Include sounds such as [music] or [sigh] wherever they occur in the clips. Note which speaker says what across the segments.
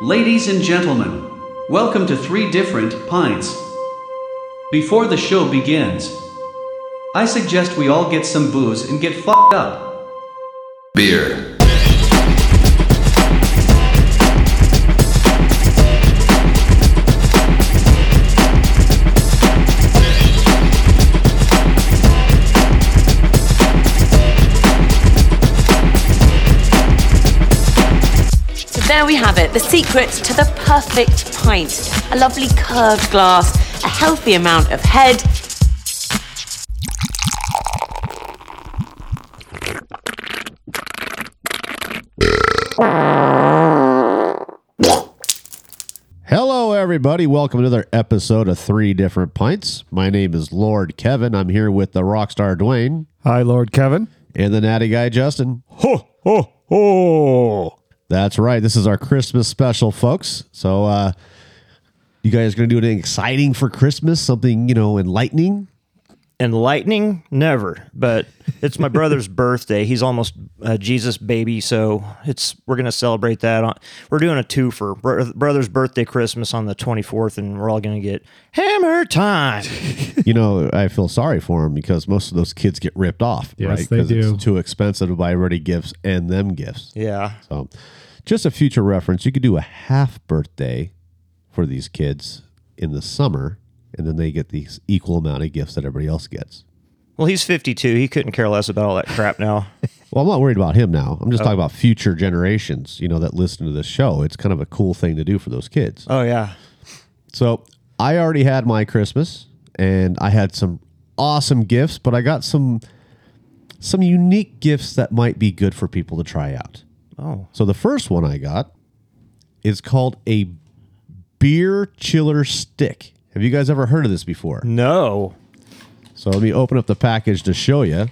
Speaker 1: Ladies and gentlemen, welcome to Three Different Pints. Before the show begins, I suggest we all get some booze and get fucked up.
Speaker 2: Beer.
Speaker 3: So there we have it, the secret to the perfect pint. A lovely curved glass, a healthy amount of head.
Speaker 4: Hello, everybody. Welcome to another episode of Three Different Pints. My name is Lord Kevin. I'm here with the rock star Dwayne
Speaker 5: Hi, Lord Kevin.
Speaker 4: and the natty guy Justin.
Speaker 5: Ho, ho, ho.
Speaker 4: That's right. This is our Christmas special, folks. So, uh, you guys going to do anything exciting for Christmas? Something, you know, enlightening?
Speaker 6: enlightening never but it's my brother's [laughs] birthday he's almost a jesus baby so it's we're gonna celebrate that on we're doing a two for brother's birthday christmas on the 24th and we're all gonna get hammer time
Speaker 4: you know, I feel sorry for them because most of those kids get ripped off,
Speaker 5: Yes,
Speaker 4: right?
Speaker 5: they do.
Speaker 4: it's too expensive to buy ready gifts and them gifts.
Speaker 6: yeah
Speaker 4: So, just a future reference, you could do a half birthday for these kids in the summer, and then they get these equal amount of gifts that everybody else gets.
Speaker 6: well he's 52 he couldn't care less about all that crap now
Speaker 4: Well, I'm not worried about him now. I'm just talking about future generations, you know, that listen to this show. It's kind of a cool thing to do for those kids.
Speaker 6: oh yeah
Speaker 4: So, I already had my Christmas, and I had some awesome gifts, but I got some some unique gifts that might be good for people to try out.
Speaker 6: oh
Speaker 4: So the first one I got is called a beer chiller stick. Have you guys ever heard of this before?
Speaker 6: no
Speaker 4: So let me open up the package to show you.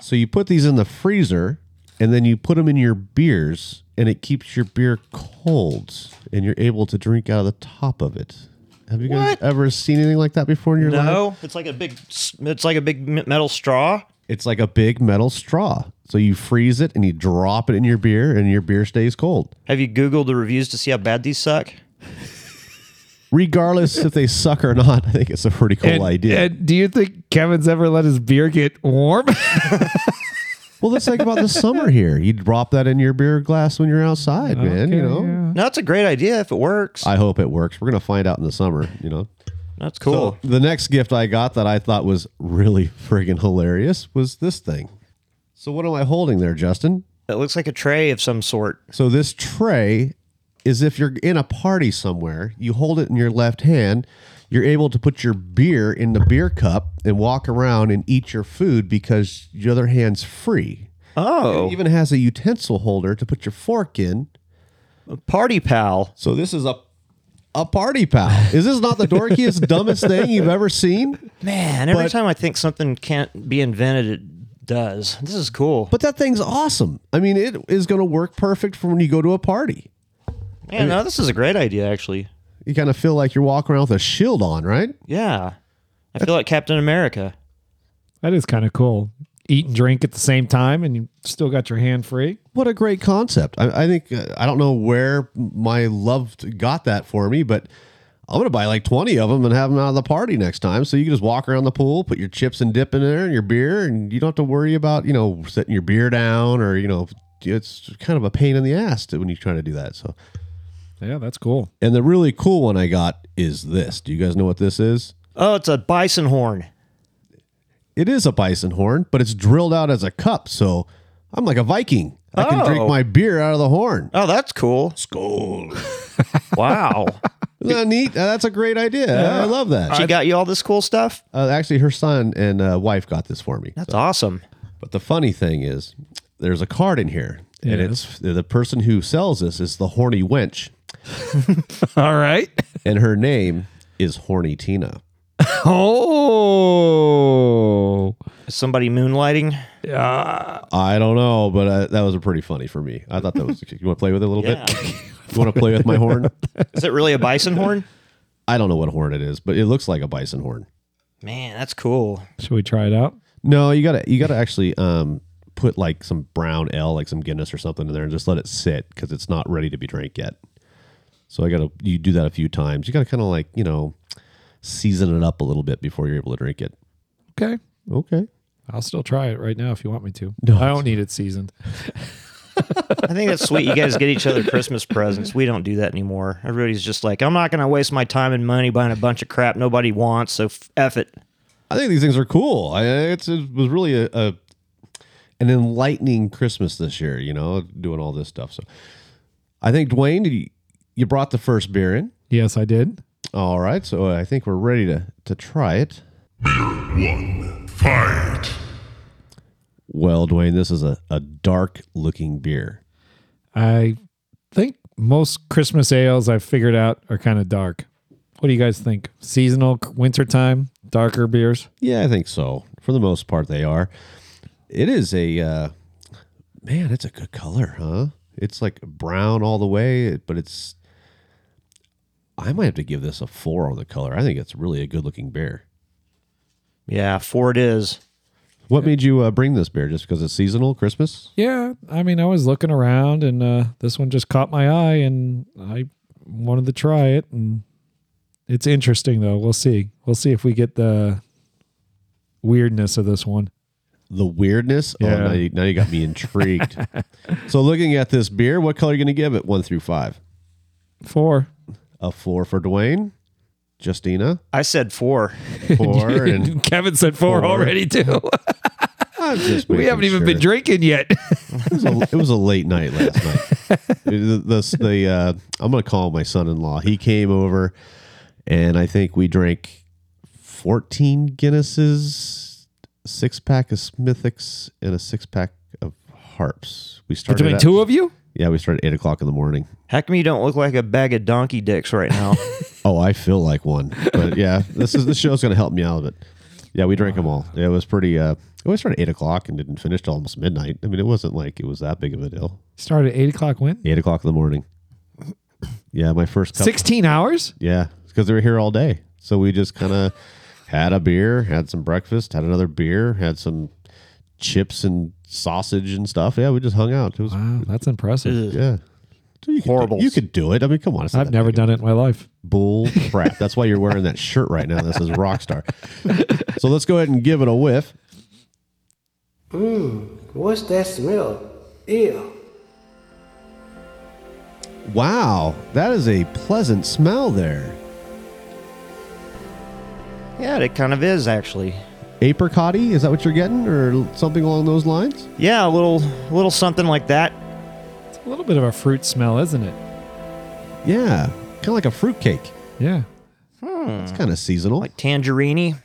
Speaker 4: So you put these in the freezer and then you put them in your beers and it keeps your beer cold and you're able to drink out of the top of it. Have you guys
Speaker 6: What?
Speaker 4: ever seen anything like that before in your life?
Speaker 6: no it's like a big s- it's like a big me- metal straw
Speaker 4: It's like a big metal straw. So you freeze it and you drop it in your beer and your beer stays cold.
Speaker 6: have you googled the reviews to see how bad these suck
Speaker 4: regardless if they suck or not, I think it's a pretty cool
Speaker 5: and,
Speaker 4: idea.
Speaker 5: and do you think Kevin's ever let his beer get warm? [laughs]
Speaker 4: well, let's think about the summer here. You drop that in your beer glass when you're outside, man. You know,
Speaker 6: no that's a great idea if it works
Speaker 4: I hope it works. We're gonna find out in the summer. You know,
Speaker 6: that's cool
Speaker 4: So, the next gift I got that I thought was really friggin' hilarious was this thing. So what am I holding there, Justin?
Speaker 6: it looks like a tray of some sort
Speaker 4: So this tray is if you're in a party somewhere, you hold it in your left hand, you're able to put your beer in the beer cup and walk around and eat your food because your other hand's free.
Speaker 6: oh
Speaker 4: It even has a utensil holder to put your fork in.
Speaker 6: Party Pal.
Speaker 4: So this is a a party pal. Is this not the dorkiest,
Speaker 6: [laughs]
Speaker 4: dumbest thing you've ever seen?
Speaker 6: Man, every
Speaker 4: But-
Speaker 6: time I think something can't be invented, it does. This is cool.
Speaker 4: But that thing's awesome. I mean, it is going to work perfect for when you go to a party.
Speaker 6: yeah, no, this is a great idea, actually.
Speaker 4: You kind of feel like you're walking around with a shield on, right?
Speaker 6: Yeah. I feel like Captain America.
Speaker 5: that is kind of cool. Eat and drink at the same time, and you still got your hand free.
Speaker 4: What a great concept. I, I think, uh, I don't know where my love got that for me, but I'm going to buy like 20 of them and have them out of the party next time. So you can just walk around the pool, put your chips and dip in there and your beer, and you don't have to worry about, you know, setting your beer down or, you know, it's kind of a pain in the ass to, when you try to do that. So,
Speaker 5: Yeah, that's cool.
Speaker 4: and the really cool one I got is this. Do you guys know what this is?
Speaker 6: Oh, it's a bison horn.
Speaker 4: It is a bison horn, but it's drilled out as a cup. So I'm like a Viking. I can drink
Speaker 6: Oh.
Speaker 4: my beer out of the horn.
Speaker 6: Oh, that's cool.
Speaker 4: Skull.
Speaker 6: [laughs] Wow.
Speaker 4: Isn't that neat? Uh, That's a great idea. I love that.
Speaker 6: she got you all this cool stuff?
Speaker 4: Uh, actually, her son and uh, wife got this for me.
Speaker 6: That's awesome.
Speaker 4: But the funny thing is, there's a card in here, and it's the person who sells this is the horny wench,
Speaker 5: All right.
Speaker 4: and her name is Horny Tina.
Speaker 5: [laughs] Oh.
Speaker 6: Is somebody moonlighting?
Speaker 4: I don't know, but uh, that was a pretty funny for me. I thought that was. [laughs] you want to play with it a little
Speaker 6: Yeah.
Speaker 4: bit? [laughs] You want to play with my
Speaker 6: [laughs]
Speaker 4: horn?
Speaker 6: Is it really a bison horn?
Speaker 4: I don't know what horn it is, but it looks like a bison horn.
Speaker 6: [laughs] Man, that's cool.
Speaker 5: Should we try it out?
Speaker 4: No, you gotta you gotta actually um put like some brown ale, like some Guinness or something in there, and just let it sit because it's not ready to be drank yet. So I gotta you do that a few times. You gotta kind of like you know season it up a little bit before you're able to drink it.
Speaker 5: Okay.
Speaker 4: Okay.
Speaker 5: I'll still try it right now if you want me to.
Speaker 4: No,
Speaker 5: I don't need it seasoned.
Speaker 6: I think that's sweet. You guys get each other Christmas presents. We don't do that anymore. Everybody's just like, I'm not going to waste my time and money buying a bunch of crap nobody wants. So f- F it.
Speaker 4: I think these things are cool. I, it's, it was really a, a an enlightening Christmas this year, you know, doing all this stuff. So I think Dwayne, did you, you brought the first beer in.
Speaker 5: Yes, I did.
Speaker 4: All right, so I think we're ready to to try it.
Speaker 7: Fight.
Speaker 4: Well, Dwayne, this is a, a dark looking beer.
Speaker 5: I think most Christmas ales I've figured out are kind of dark. What do you guys think? Seasonal, c- wintertime, darker beers?
Speaker 4: Yeah, I think so. For the most part, they are. It is a uh, man. It's a good color, huh? It's like brown all the way, but it's. I might have to give this a four on the color. I think it's really a good looking beer.
Speaker 6: Yeah, for it is.
Speaker 4: What made you uh, bring this beer? Just because it's seasonal, Christmas?
Speaker 5: Yeah, I mean, I was looking around and uh, this one just caught my eye and I wanted to try it. And it's interesting, though. We'll see. We'll see if we get the weirdness of this one.
Speaker 4: The weirdness. Oh,
Speaker 5: Yeah.
Speaker 4: now you, now you got me intrigued.
Speaker 5: [laughs]
Speaker 4: so, looking at this beer, what color are you going to give it? One through five.
Speaker 5: Four.
Speaker 4: A four for Dwayne,
Speaker 5: [laughs]
Speaker 4: Justina.
Speaker 6: I said four.
Speaker 4: Four and
Speaker 5: Kevin said four,
Speaker 4: Four.
Speaker 5: already, too.
Speaker 4: I'm just
Speaker 5: [laughs] we
Speaker 4: making
Speaker 5: haven't even
Speaker 4: sure.
Speaker 5: been drinking yet. [laughs]
Speaker 4: It was a, it was a late night last night. the the, the, uh, I'm going to call my son-in-law. He came over, and I think we drank 14 Guinnesses, six pack of Smithicks, and a six pack of Harps. We started
Speaker 5: Between
Speaker 4: at-
Speaker 5: two of you?
Speaker 4: Yeah, we started at eight o'clock in the morning.
Speaker 6: How come you don't look like a bag of donkey dicks right now?
Speaker 4: Oh, I feel like one, but yeah, this is the show's going to help me out of it. Yeah, we drank them all. It was pretty. Uh, we started at eight o'clock and didn't finish till almost midnight. I mean, it wasn't like it was that big of a deal.
Speaker 5: Started at eight o'clock when?
Speaker 4: Eight o'clock in the morning. Yeah, my first cup.
Speaker 5: 16 hours?
Speaker 4: Yeah, because they were here all day. So we just kind of had a beer, had some breakfast, had another beer, had some chips and sausage and stuff. Yeah, we just hung out. It was
Speaker 5: Wow, that's impressive.
Speaker 4: yeah. So you could do-
Speaker 6: Horribles.
Speaker 4: you could do it. I mean, come on. It's not
Speaker 5: I've
Speaker 4: that
Speaker 5: never
Speaker 4: big of
Speaker 5: done it in my life.
Speaker 4: Bull crap. That's why you're wearing that shirt right now. This is Rockstar. so let's go ahead and give it a whiff.
Speaker 8: What's that smell? Ew.
Speaker 4: Wow, that is a pleasant smell there.
Speaker 6: yeah, it kind of is actually.
Speaker 4: Apricotty, is that what you're getting, or something along those lines?
Speaker 6: Yeah, a little, little something like that.
Speaker 5: It's a little bit of a fruit smell, isn't it?
Speaker 4: Yeah, kind of like a fruitcake.
Speaker 5: Yeah.
Speaker 4: It's kind of seasonal.
Speaker 6: Mm. Like tangerine.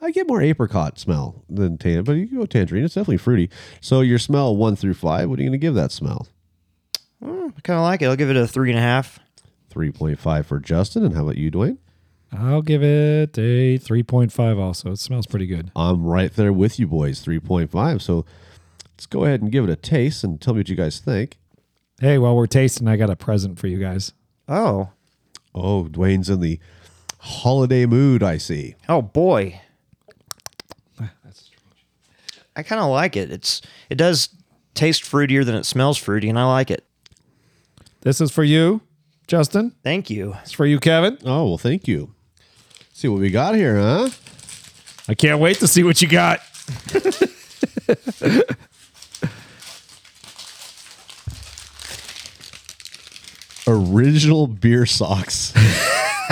Speaker 4: I get more apricot smell than tan, but you can go tangerine. It's definitely fruity. So your smell one through five. What are you going to give that smell?
Speaker 6: Mm, I kind of like it. I'll give it a three and a half.
Speaker 4: Three point five for Justin, and how about you, Dwayne?
Speaker 5: I'll give it a 3.5 also. It smells pretty good.
Speaker 4: I'm right there with you, boys. Three point five. So let's go ahead and give it a taste and tell me what you guys think.
Speaker 5: Hey, while we're tasting, I got a present for you guys.
Speaker 6: Oh,
Speaker 4: Oh, Dwayne's in the holiday mood. I see.
Speaker 6: oh boy. I kind of like it. It's it does taste fruitier than it smells fruity, and I like it.
Speaker 5: This is for you, Justin.
Speaker 6: Thank you.
Speaker 5: It's for you, Kevin.
Speaker 4: Oh well, thank you. See what we got here, huh?
Speaker 5: I can't wait to see what you got.
Speaker 4: Original beer socks. [laughs]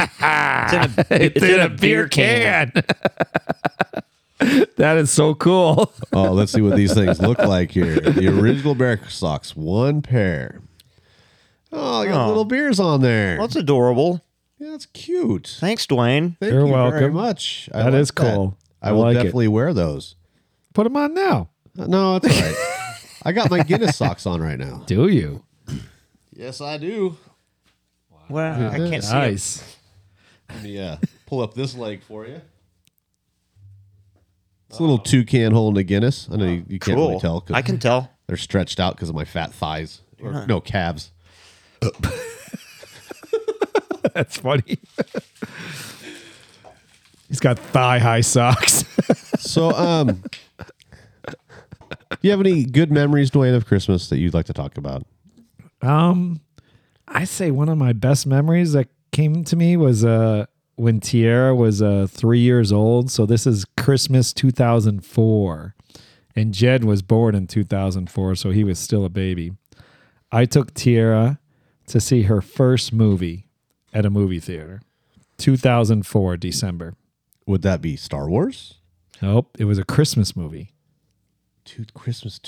Speaker 6: It's in a, Ah. [laughs] it's in a beer can.
Speaker 5: [laughs] that is so cool.
Speaker 4: oh, let's see what these things look like here. The original bear socks, one pair. Oh, I got
Speaker 6: Oh.
Speaker 4: little beers on there.
Speaker 6: Well, it's adorable.
Speaker 4: yeah, that's cute.
Speaker 6: Thanks, Dwayne.
Speaker 4: Thank
Speaker 5: You're
Speaker 4: you very
Speaker 5: welcome.
Speaker 4: much. I
Speaker 5: That
Speaker 4: like
Speaker 5: is cool.
Speaker 4: I
Speaker 5: I
Speaker 4: will
Speaker 5: like it.
Speaker 4: definitely wear those.
Speaker 5: [laughs] Put them on now.
Speaker 4: No, it's all right. I got my [laughs] Guinness socks on right now.
Speaker 5: Do you?
Speaker 4: Yes, I do.
Speaker 6: Well, I can't see. it.
Speaker 5: Nice.
Speaker 4: Let me uh, pull up this leg for you. It's a little toucan holding a Guinness. I know you, you can't really
Speaker 6: Cool.
Speaker 4: tell. 'cause
Speaker 6: I can tell.
Speaker 4: They're stretched out because of my fat thighs. Or, No, calves.
Speaker 5: That's funny. [laughs] He's got thigh high socks.
Speaker 4: So, um, do you have any good memories, Dwayne, of Christmas that you'd like to talk about?
Speaker 5: Um, I say one of my best memories that came to me was uh, when Tierra was uh, three years old. So this is Christmas 2004. And Jed was born in 2004. So he was still a baby. I took Tierra to see her first movie at a movie theater, 2004, December.
Speaker 4: Would that be Star Wars?
Speaker 5: Nope, it was a Christmas movie.
Speaker 4: Two, Christmas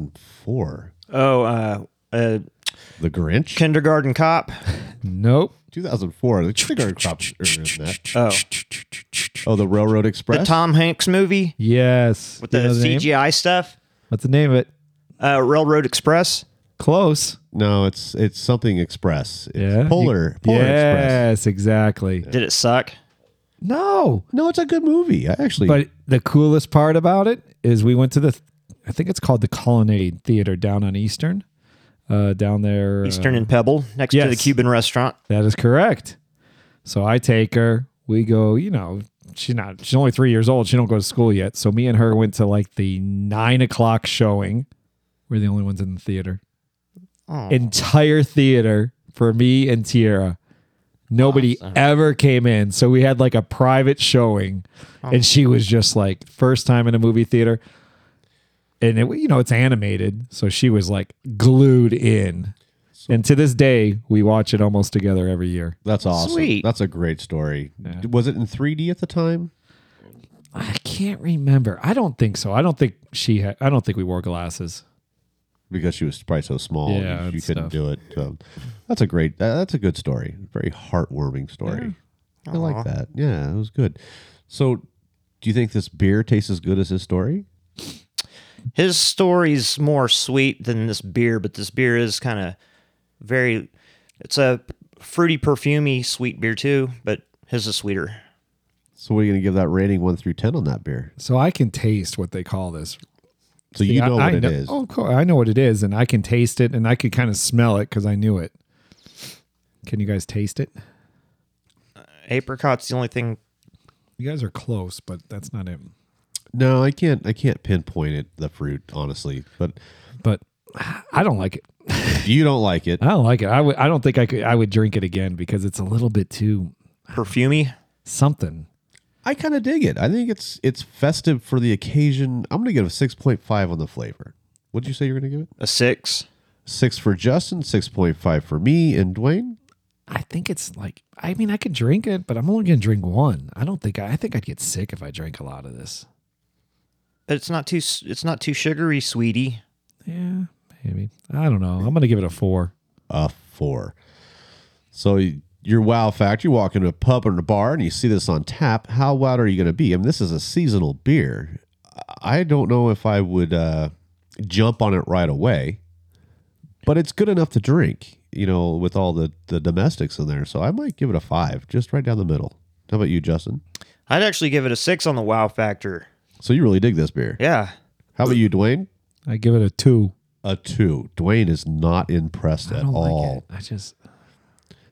Speaker 4: 2004.
Speaker 6: Oh, uh, uh,
Speaker 4: The Grinch?
Speaker 6: kindergarten cop.
Speaker 5: Nope.
Speaker 4: 2004. The Kindergarten Cop. earlier than that.
Speaker 6: Oh,
Speaker 4: Oh, the Railroad
Speaker 6: the
Speaker 4: Express.
Speaker 6: Tom Hanks movie
Speaker 5: Yes.
Speaker 6: with the
Speaker 5: You know name?
Speaker 6: CGI stuff.
Speaker 5: What's the name of it?
Speaker 6: Uh, Railroad Express.
Speaker 5: Close.
Speaker 4: no, it's it's something Express. It's
Speaker 5: Yeah.
Speaker 4: Polar.
Speaker 5: You-
Speaker 4: Polar Express.
Speaker 5: yes, exactly.
Speaker 6: Did it suck?
Speaker 5: No.
Speaker 4: No, it's a good movie. I actually.
Speaker 5: But the coolest part about it is we went to the, I think it's called the Colonnade Theater down on Eastern, uh, down there. uh,
Speaker 6: Eastern and Pebble next to the
Speaker 5: yes.
Speaker 6: Cuban restaurant.
Speaker 5: That is correct. So I take her. We go. You know, she's not. She's only three years old. She don't go to school yet. So me and her went to like the nine o'clock showing. We're the only ones in the theater. Entire theater for me and Tiara. Nobody ever came in. So we had like a private showing. And she was just like, first time in a movie theater. And it, you know, it's animated. So she was like glued in. And to this day, we watch it almost together every year.
Speaker 4: that's awesome.
Speaker 6: Sweet.
Speaker 4: That's a great story. D- Was it in 3D at the time?
Speaker 5: I can't remember. I don't think so. I don't think she had, I don't think we wore glasses.
Speaker 4: Because she was probably so small, you-
Speaker 5: Yeah,
Speaker 4: you,
Speaker 5: and
Speaker 4: couldn't
Speaker 5: stuff.
Speaker 4: do it. So that's a great. that- that's a good story. Very heartwarming story. I like that. Yeah, it was good. So, do you think this beer tastes as good as his story?
Speaker 6: His story's more sweet than this beer, but this beer is kind of very. It's a fruity, perfumey, sweet beer too, but his is sweeter.
Speaker 4: So, what are you going to give that rating one through ten on that beer?
Speaker 5: So I can taste what they call this.
Speaker 4: So you know
Speaker 5: I,
Speaker 4: what
Speaker 5: I
Speaker 4: it
Speaker 5: know,
Speaker 4: is.
Speaker 5: Oh, of course. I know what it is, and I can taste it, and I could kind of smell it because I knew it. Can you guys taste it?
Speaker 6: Apricot's the only thing.
Speaker 5: You guys are close, but that's not it.
Speaker 4: No, I can't. I can't pinpoint it. The fruit, honestly, but
Speaker 5: But I don't like it.
Speaker 4: you don't like it.
Speaker 5: I don't like it. I would. I don't think I could. I would drink it again because it's a little bit too
Speaker 6: Perfumey.
Speaker 5: something.
Speaker 4: I kind of dig it. I think it's it's festive for the occasion. I'm going to give a six point five on the flavor. What would you say you're going to give it?
Speaker 6: A six.
Speaker 4: Six for Justin, six point five for me and Dwayne.
Speaker 5: I think it's like. I mean, I could drink it, but I'm only gonna drink one. I don't think. I, I think I'd get sick if I drank a lot of this.
Speaker 6: But it's not too. s- It's not too sugary, sweetie.
Speaker 5: Yeah, maybe. I don't know. I'm gonna give it a four.
Speaker 4: A Uh, four. So y- your wow factor. You walk into a pub or a bar and you see this on tap. How wild are you going to be? I mean, this is a seasonal beer. I don't know if I would uh, jump on it right away, but it's good enough to drink. You know, with all the the domestics in there, so I might give it a five, just right down the middle. How about you, Justin?
Speaker 6: I'd actually give it a six on the wow factor.
Speaker 4: So you really dig this beer.
Speaker 6: Yeah.
Speaker 4: How about you, Dwayne?
Speaker 5: I give it a two.
Speaker 4: A two. Dwayne is not impressed
Speaker 5: I
Speaker 4: at
Speaker 5: don't
Speaker 4: all.
Speaker 5: like it. I just.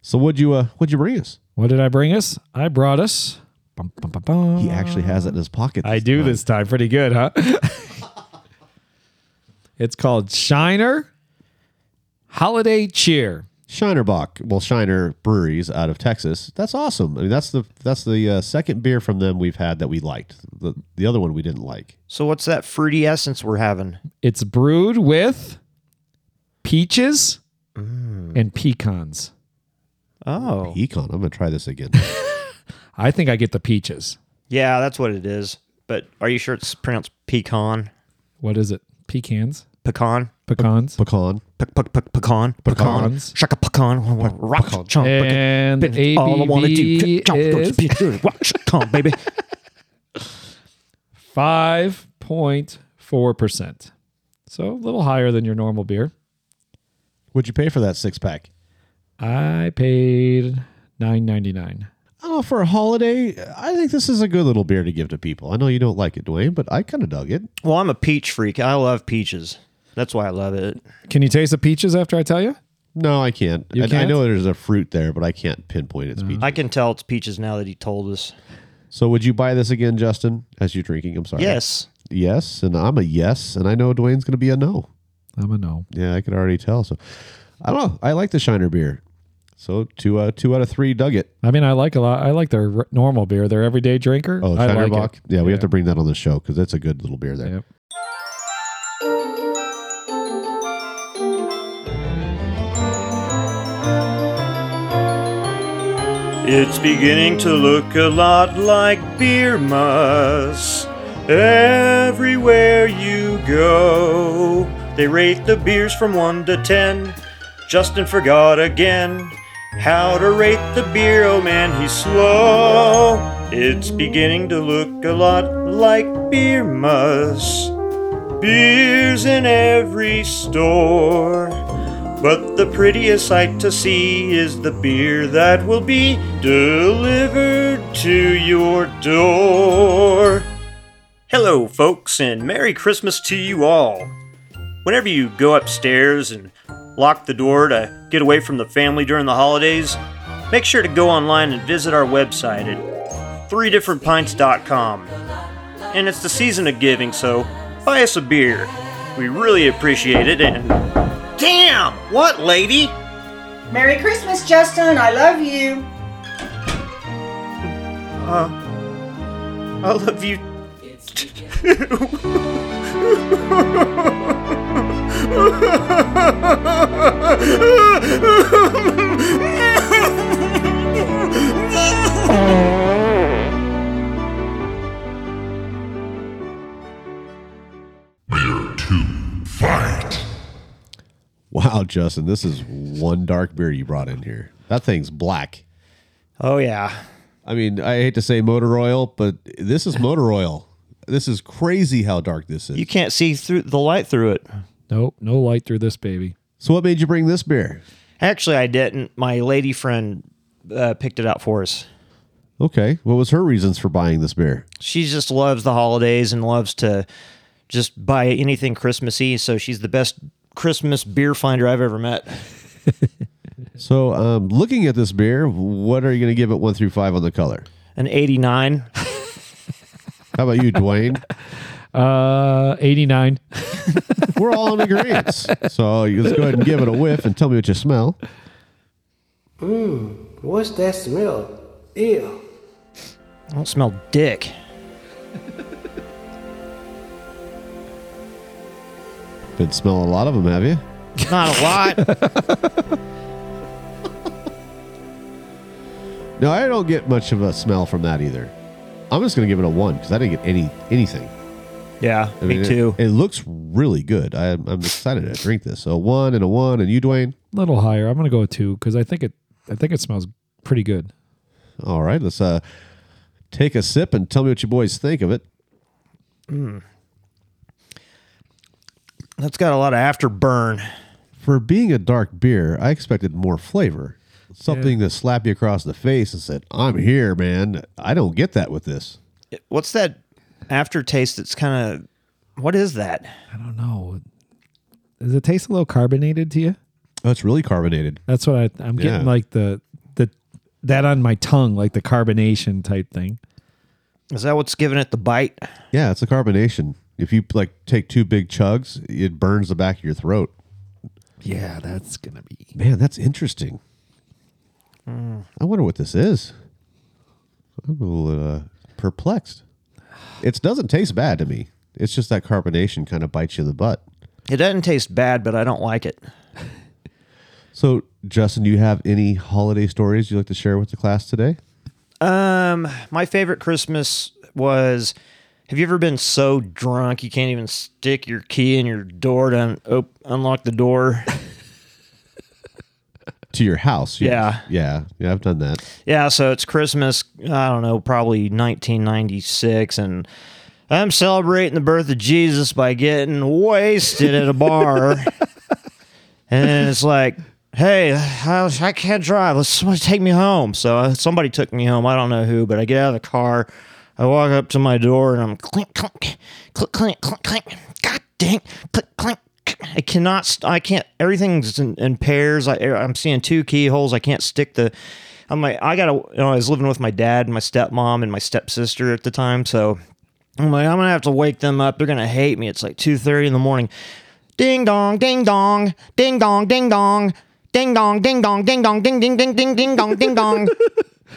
Speaker 4: So what'd you uh what'd you bring us?
Speaker 5: What did I bring us? I brought us. Bum, bum, bum, bum.
Speaker 4: He actually has it in his pocket.
Speaker 5: I do
Speaker 4: time.
Speaker 5: this time pretty good, huh? [laughs] it's called Shiner Holiday Cheer.
Speaker 4: Shinerbach, well, Shiner Breweries out of Texas. That's awesome. I mean, that's the that's the uh, second beer from them we've had that we liked. The the other one we didn't like.
Speaker 6: So what's that fruity essence we're having?
Speaker 5: It's brewed with peaches
Speaker 4: Mm.
Speaker 5: and pecans.
Speaker 6: Oh.
Speaker 4: Econ. I'm gonna try this [laughs] again.
Speaker 5: I think I get the peaches.
Speaker 6: Yeah, that's what it is. But are you sure it's pronounced pecan?
Speaker 5: What is it? Pecans?
Speaker 6: Pecan?
Speaker 5: Pecans?
Speaker 4: Pecan.
Speaker 6: Pe- pe- pe- pecan?
Speaker 5: Pecans.
Speaker 6: Shaka pecan. Rock chunk.
Speaker 5: And
Speaker 6: Bitch, all I wanna do,
Speaker 5: ABV
Speaker 6: kick, jump, go,
Speaker 5: is
Speaker 6: bitch, do it, rock, shaka, come,
Speaker 5: [laughs]
Speaker 6: baby.
Speaker 5: 5.4%. So a little higher than your normal beer.
Speaker 4: Would you pay for that six pack?
Speaker 5: I paid nine ninety nine.
Speaker 4: Oh, for a holiday, I think this is a good little beer to give to people. I know you don't like it, Dwayne, but I kind of dug it.
Speaker 6: Well, I'm a peach freak. I love peaches. That's why I love it.
Speaker 5: Can you taste the peaches after I tell you?
Speaker 4: No, I can't. Uh-huh.
Speaker 5: You
Speaker 4: I, I
Speaker 5: can't?
Speaker 4: know there's a fruit there, but I can't pinpoint its peach.
Speaker 6: I can tell it's peaches now that he told us.
Speaker 4: So, would you buy this again, Justin? As you're drinking, I'm sorry.
Speaker 6: Yes.
Speaker 4: yes, and I'm a yes, and I know Dwayne's gonna be a no.
Speaker 5: I'm a no.
Speaker 4: Yeah, I could already tell. So I don't know. I like the Shiner beer. So two uh, two out of three dug it.
Speaker 5: I mean, I like a lot. I like their r- normal beer, their everyday drinker.
Speaker 4: Oh,
Speaker 5: I like
Speaker 4: Schneiderbach.
Speaker 5: it.
Speaker 4: yeah, we have to bring that on the show because that's a good little beer there.
Speaker 5: Yep.
Speaker 6: It's beginning to look a lot like beer muss everywhere you go. They rate the beers from 1 to 10. Justin forgot again how to rate the beer. Oh man, he's slow. It's beginning to look a lot like beer muss. Beers in every store. But the prettiest sight to see is the beer that will be delivered to your door. Hello, folks, and Merry Christmas to you all. Whenever you go upstairs and lock the door to get away from the family during the holidays, make sure to go online and visit our website at threedifferentpints.com. And it's the season of giving, so buy us a beer. We really appreciate it and. Damn! Um, What, lady?
Speaker 7: Merry Christmas, Justin. I love you.
Speaker 6: Uh, I love you.
Speaker 2: Fight.
Speaker 4: Wow, Justin, this is one dark beer you brought in here. That thing's black.
Speaker 6: Oh, yeah.
Speaker 4: I mean, I hate to say motor oil, but this is motor oil. This is crazy how dark this is.
Speaker 6: You can't see through the light through it.
Speaker 5: Nope, no light through this baby.
Speaker 4: so, what made you bring this beer?
Speaker 6: Actually, I didn't. My lady friend uh, picked it out for us.
Speaker 4: Okay, what was her reasons for buying this beer?
Speaker 6: She just loves the holidays and loves to just buy anything Christmassy. So she's the best Christmas beer finder I've ever met.
Speaker 4: So, um, looking at this beer, what are you going to give it one through five on the color?
Speaker 6: An 89.
Speaker 4: How about you, Dwayne?
Speaker 5: Uh, 89.
Speaker 4: We're all in agreement. [laughs] So, you- let's go ahead and give it a whiff and tell me what you smell.
Speaker 8: What's that smell? Ew.
Speaker 6: I don't smell dick.
Speaker 4: Been smelling a lot of them, have you?
Speaker 6: Not a lot.
Speaker 4: No, I don't get much of a smell from that either. I'm just going to give it a one because I didn't get any anything.
Speaker 6: [laughs] yeah,
Speaker 4: I mean,
Speaker 6: me
Speaker 4: it-
Speaker 6: too.
Speaker 4: It, looks really good. I, I'm excited to drink this. So one and a one, and you, Dwayne.
Speaker 5: little higher. I'm gonna go with two because I think it. I think it smells pretty good.
Speaker 4: All right, let's uh, take a sip and tell me what you boys think of it.
Speaker 6: That's got a lot of afterburn.
Speaker 4: For being a dark beer, I expected more flavor, something to slap you across the face and said, "I'm here, man." I don't get that with this.
Speaker 6: What's that aftertaste that's kind of. What is that?
Speaker 5: I don't know. Does it taste a little carbonated to you?
Speaker 4: Oh, it's really carbonated.
Speaker 5: That's what I, I'm
Speaker 4: Yeah.
Speaker 5: getting. Like the the that on my tongue, like the carbonation type thing.
Speaker 6: Is that what's giving it the bite?
Speaker 4: Yeah, it's a carbonation. If you like take two big chugs, it burns the back of your throat.
Speaker 5: Yeah, that's gonna be.
Speaker 4: Man, that's interesting. I wonder what this is. I'm a little uh, perplexed. It doesn't taste bad to me. It's just that carbonation kind of bites you in the butt.
Speaker 6: It doesn't taste bad, but I don't like it.
Speaker 4: So, Justin, do you have any holiday stories you'd like to share with the class today?
Speaker 6: Um, my favorite Christmas was. Have you ever been so drunk you can't even stick your key in your door to un- op- unlock the door?
Speaker 4: To your house? yes. yeah, yeah. I've done that.
Speaker 6: yeah, so it's Christmas. I don't know, probably 1996, and I'm celebrating the birth of Jesus by getting wasted at a bar. and it's like, hey, I, I can't drive. Let's somebody take me home. So uh, somebody took me home. I don't know who, but I get out of the car. I walk up to my door and I'm clink, clink, click, clink, clink, clink. God dang, click, clink. I cannot. St- I can't. Everything's in, in pairs. I, I'm seeing two keyholes. I can't stick the. I'm like, I gotta. You know, I was living with my dad, and my stepmom, and my stepsister at the time. So I'm like, I'm gonna have to wake them up. They're gonna hate me. It's like 2:30 in the morning. Ding dong, ding dong, ding dong, ding dong, ding dong, ding dong, ding dong, ding ding ding ding ding dong, ding dong.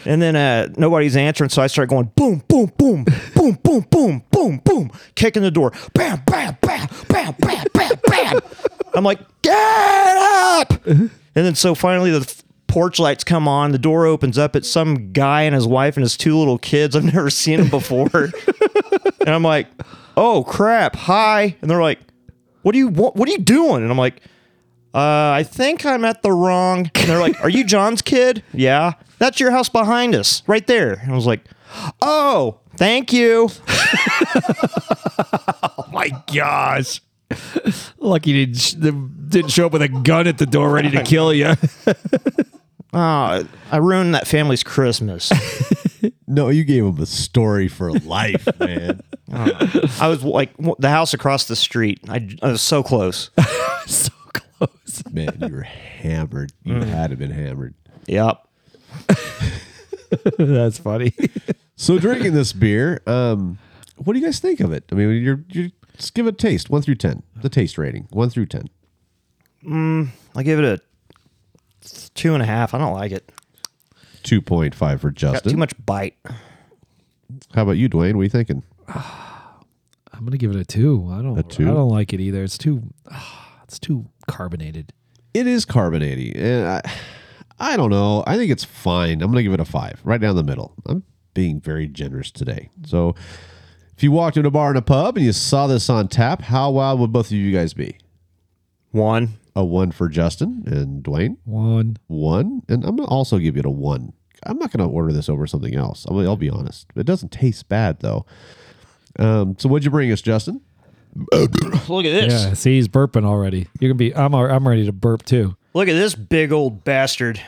Speaker 6: And then uh, nobody's answering, so I start going boom, boom, boom, boom, boom, boom, boom, boom, kicking the door, bam, bam, bam, bam, bam, bam, bam. I'm like, get up! And then so finally the f- porch lights come on, the door opens up, it's some guy and his wife and his two little kids. I've never seen them before. And I'm like, oh crap, hi. And they're like, what do you what, what are you doing? And I'm like, uh, I think I'm at the wrong. And they're like, are you John's kid? [laughs] Yeah. That's your house behind us, right there. And I was like, oh, thank you. [laughs]
Speaker 9: My
Speaker 5: [laughs]
Speaker 9: gosh. Lucky you didn't, sh- didn't show up with a gun at the door ready to kill
Speaker 5: [laughs]
Speaker 9: you.
Speaker 6: Uh, I ruined that family's Christmas.
Speaker 4: No, you gave him a story for life, man.
Speaker 6: I was like, w- the house across the street. I, I was so close.
Speaker 9: so close.
Speaker 4: Man, you were hammered. You had to been hammered.
Speaker 6: Yep.
Speaker 9: That's funny.
Speaker 4: So drinking this beer, um, what do you guys think of it? I mean, you're, you're just give it a taste, one through ten. The taste rating, one through ten.
Speaker 6: I give it a two and a half. I don't like it.
Speaker 4: Two point five for
Speaker 6: Got too
Speaker 4: Justin.
Speaker 6: much bite.
Speaker 4: How about you, Dwayne? What are you thinking?
Speaker 5: I'm gonna give it a two. I don't.
Speaker 4: two?
Speaker 5: I don't like it either. It's too. ah, it's too carbonated.
Speaker 4: It is carbonated, and I, I don't know. I think it's fine. I'm gonna give it a five, right down the middle. I'm being very generous today. So, if you walked into a bar and a pub and you saw this on tap, how wild would both of you guys be?
Speaker 6: One.
Speaker 4: A one for Justin and Dwayne,
Speaker 5: One.
Speaker 4: one, and I'm gonna also give it a one. I'm not gonna order this over something else. I'll, I'll be honest. It doesn't taste bad though. Um, so what'd you bring us, Justin?
Speaker 6: Look at this.
Speaker 5: Yeah. See, he's burping already. You're gonna be. I'm. al- I'm ready to burp too.
Speaker 6: Look at this big old bastard.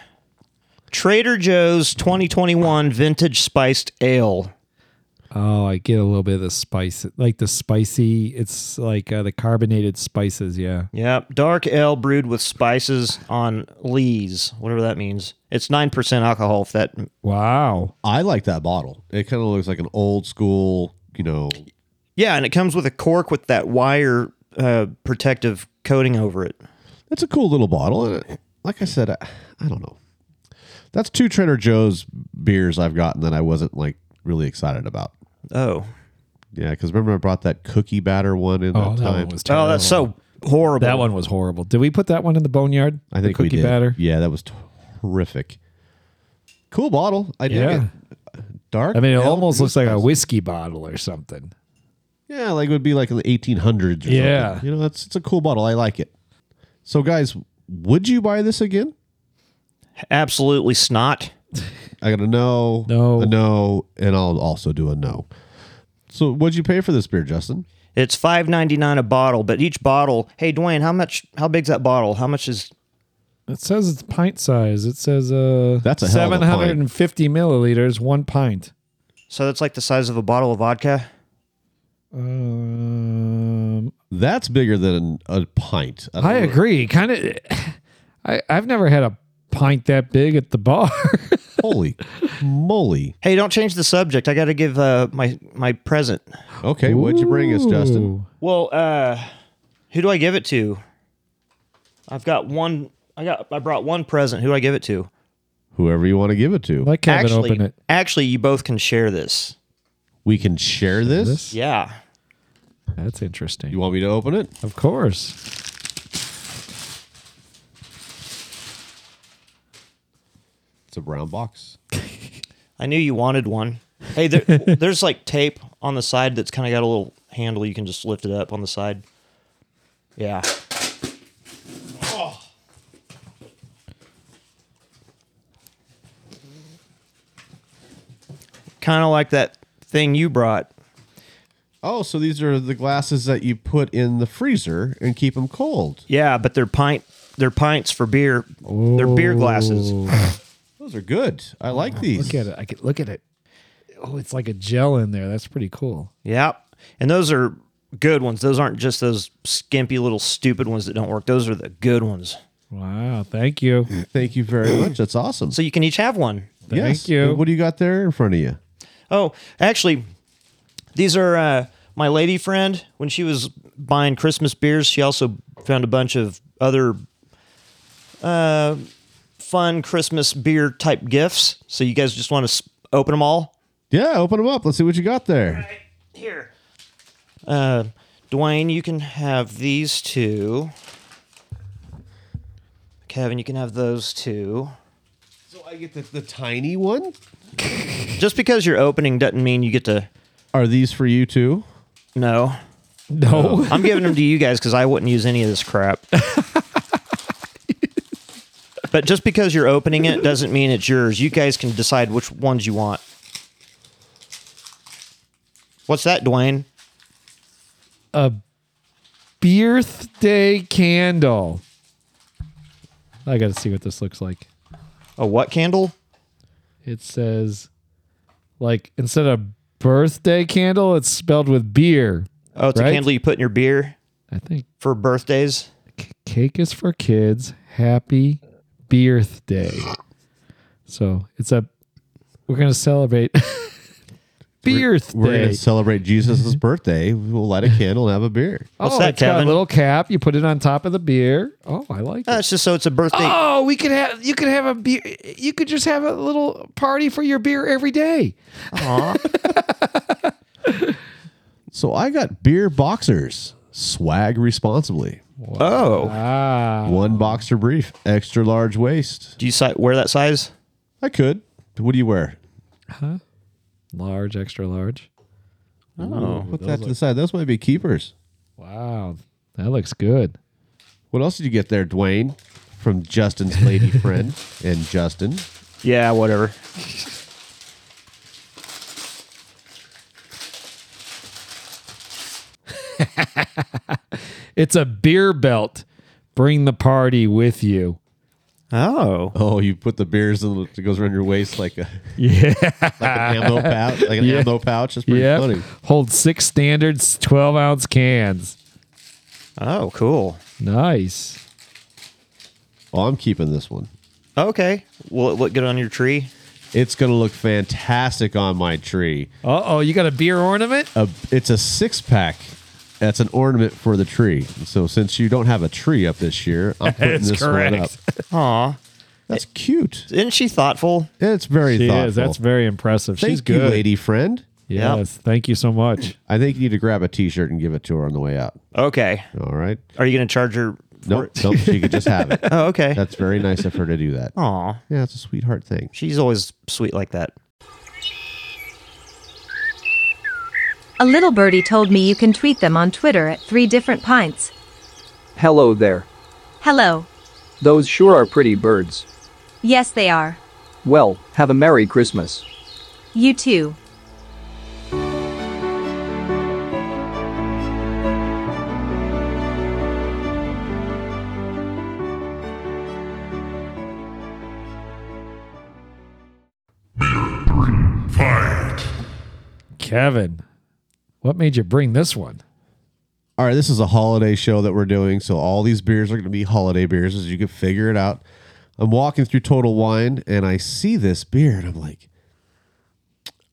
Speaker 6: Trader Joe's 2021 vintage spiced ale.
Speaker 5: Oh, I get a little bit of the spice, like the spicy. It's like uh, the carbonated spices. Yeah.
Speaker 6: Yep, dark ale brewed with spices on lees, whatever that means. It's 9% alcohol if that
Speaker 5: Wow.
Speaker 4: I like that bottle. It kind of looks like an old school, you know,
Speaker 6: Yeah, and it comes with a cork with that wire uh, protective coating over it.
Speaker 4: That's a cool little bottle. And it- like I said, I, I don't know. That's two Trader Joe's beers I've gotten that I wasn't like really excited about.
Speaker 6: Oh.
Speaker 4: Yeah, because remember I brought that cookie batter one in
Speaker 5: Oh,
Speaker 4: that,
Speaker 5: that
Speaker 4: time.
Speaker 5: one was terrible.
Speaker 6: Oh, that's so horrible.
Speaker 5: That one was horrible. Did we put that one in the boneyard?
Speaker 4: I think
Speaker 5: the cookie
Speaker 4: we did.
Speaker 5: batter.
Speaker 4: Yeah, that was horrific. Cool bottle. I dig
Speaker 5: Yeah.
Speaker 4: it. Dark.
Speaker 5: I mean, it
Speaker 4: ale?
Speaker 5: almost looks like a whiskey bottle or something.
Speaker 4: Yeah, like it would be like in the 1800s. Or
Speaker 5: Yeah.
Speaker 4: something. you know, it's it's a cool bottle. I like it. So, guys, would you buy this again?
Speaker 6: Absolutely snot.
Speaker 4: I got a no,
Speaker 5: No.
Speaker 4: a no, and I'll also do a no. So, what'd you pay for this beer, Justin?
Speaker 6: It's five ninety nine a bottle, but each bottle. Hey, Dwayne, how much? How big's that bottle? How much is?
Speaker 5: It says it's pint size. It says uh
Speaker 4: That's a hell of a
Speaker 5: seven
Speaker 4: pint.
Speaker 5: hundred and fifty milliliters, one pint.
Speaker 6: So that's like the size of a bottle of vodka.
Speaker 5: Um,
Speaker 4: That's bigger than a pint. I,
Speaker 5: [laughs]
Speaker 4: don't
Speaker 5: I
Speaker 4: know.
Speaker 5: agree. Kind of. [sighs] I I've never had a pint that big at the bar. [laughs]
Speaker 4: Holy moly!
Speaker 6: Hey, don't change the subject. I got to give uh, my my present.
Speaker 4: Okay, what'd you bring us, Justin?
Speaker 5: Ooh.
Speaker 6: Well, uh, who do I give it to? I've got one. I got. I brought one present. Who do I give it to?
Speaker 4: Whoever you want to give it to.
Speaker 5: Let Kevin
Speaker 6: actually,
Speaker 5: open it.
Speaker 6: actually, you both can share this.
Speaker 4: we can share this.
Speaker 5: This?
Speaker 6: Yeah.
Speaker 5: That's interesting.
Speaker 4: You want me to open it?
Speaker 5: Of course.
Speaker 4: It's a brown box.
Speaker 6: I knew you wanted one. Hey, there, there's like tape on the side that's kind of got a little handle. You can just lift it up on the side. Yeah. Kind of like that thing you brought.
Speaker 4: Oh, so these are the glasses that you put in the freezer and keep them cold.
Speaker 6: Yeah, but they're pint. They're pints for beer. They're beer glasses.
Speaker 4: Those are good. I like these.
Speaker 5: Look at it. I could look at it. Oh, it's like a gel in there. That's pretty cool.
Speaker 6: Yep. And those are good ones. Those aren't just those skimpy little stupid ones that don't work. Those are the good ones.
Speaker 5: Wow. Thank you.
Speaker 4: Thank you
Speaker 5: [clears throat]
Speaker 4: very much. That's awesome.
Speaker 6: So you can each have one.
Speaker 5: Thank you.
Speaker 4: What do you got there in front of you?
Speaker 6: Oh, actually, these are uh, my lady friend. When she was buying Christmas beers, she also found a bunch of other uh, fun Christmas beer type gifts. So you guys just want to s- open them all?
Speaker 4: Yeah, open them up. Let's see what you got there.
Speaker 6: Here. Uh, Dwayne, you can have these two. Kevin, you can have those two.
Speaker 4: So I get the, the tiny one.
Speaker 6: Just because you're opening doesn't mean you get to.
Speaker 4: Are these for you too?
Speaker 6: No.
Speaker 5: No.
Speaker 6: I'm giving them to you guys because I wouldn't use any of
Speaker 5: [laughs]
Speaker 6: this crap. but just because you're opening it doesn't mean it's yours. You guys can decide which ones you want. What's that, Dwayne?
Speaker 5: Birthday candle. I got to see what this looks like.
Speaker 6: A what candle?
Speaker 5: It says, like, instead of birthday candle, it's spelled with beer.
Speaker 6: Oh, it's
Speaker 5: Right?
Speaker 6: a candle you put in your beer
Speaker 5: I think
Speaker 6: for birthdays.
Speaker 5: c- cake is for kids. Happy birthday. So it's a, we're going to celebrate [laughs] birthday.
Speaker 4: We're gonna celebrate
Speaker 5: [laughs]
Speaker 4: Jesus' birthday. We'll light a candle and have a beer.
Speaker 6: What's
Speaker 5: oh,
Speaker 6: that,
Speaker 5: it's got
Speaker 6: Kevin?
Speaker 5: a little cap. You put it on top of the beer. Oh, I like it.
Speaker 6: That's just so Uh, it's a birthday.
Speaker 5: Oh, we could have you could have a beer. You could just have a little party for your beer every day.
Speaker 4: So I got beer boxers. Swag responsibly.
Speaker 6: Oh.
Speaker 5: Ah,
Speaker 4: One boxer brief, extra large waist.
Speaker 6: Do you si- wear that size?
Speaker 4: I could. What do you wear?
Speaker 5: large, extra large.
Speaker 6: Oh.
Speaker 4: Put that to the side. Those might be keepers.
Speaker 5: Wow, that looks good.
Speaker 4: What else did you get there, Dwayne? From Justin's
Speaker 5: [laughs]
Speaker 4: lady friend and Justin.
Speaker 6: Yeah, whatever.
Speaker 5: It's a beer belt. Bring the party with you.
Speaker 6: Oh.
Speaker 4: Oh, you put the beers in it goes around your waist like a
Speaker 5: [laughs] Yeah.
Speaker 4: like an ammo pouch. Like an ammo pouch. That's pretty
Speaker 5: Yeah.
Speaker 4: funny.
Speaker 5: Hold six standards, twelve ounce cans.
Speaker 6: Oh, cool.
Speaker 5: Nice.
Speaker 4: Oh, I'm keeping this one.
Speaker 6: Okay. Will it look good on your tree?
Speaker 4: It's gonna look fantastic on my tree.
Speaker 5: Uh oh, you got a beer ornament?
Speaker 4: A, it's a six pack. That's an ornament for the tree. So since you don't have a tree up this year,
Speaker 5: [laughs]
Speaker 4: I'm putting
Speaker 5: That's
Speaker 4: this one up.
Speaker 5: correct.
Speaker 6: Aw.
Speaker 4: That's cute.
Speaker 6: Isn't she thoughtful?
Speaker 4: It's very
Speaker 5: She
Speaker 4: thoughtful.
Speaker 5: is. That's very impressive.
Speaker 4: Thank
Speaker 5: She's
Speaker 4: you,
Speaker 5: good.
Speaker 4: lady friend.
Speaker 5: Yes. Thank you so much.
Speaker 4: I think you need to grab a T-shirt and give it to her on the way out.
Speaker 6: Okay.
Speaker 4: All right.
Speaker 6: Are you going to charge her?
Speaker 5: [laughs]
Speaker 6: for
Speaker 4: Nope.
Speaker 6: it?
Speaker 4: Nope. She could just have it.
Speaker 6: Oh, okay.
Speaker 4: That's very nice of her to do that.
Speaker 6: Aw.
Speaker 4: Yeah, it's a sweetheart thing.
Speaker 6: She's always sweet like that.
Speaker 10: A little birdie told me you can tweet them on Twitter at three different pints.
Speaker 11: Hello there.
Speaker 10: Hello.
Speaker 11: Those sure are pretty birds.
Speaker 10: Yes, they are.
Speaker 11: Well, have a Merry Christmas.
Speaker 10: You too.
Speaker 2: Fight.
Speaker 5: [laughs] Kevin, what made you bring this one?
Speaker 4: All right, this is a holiday show that we're doing, so all these beers are going to be holiday beers, as you can figure it out. I'm walking through Total Wine, and I see this beer, and I'm like,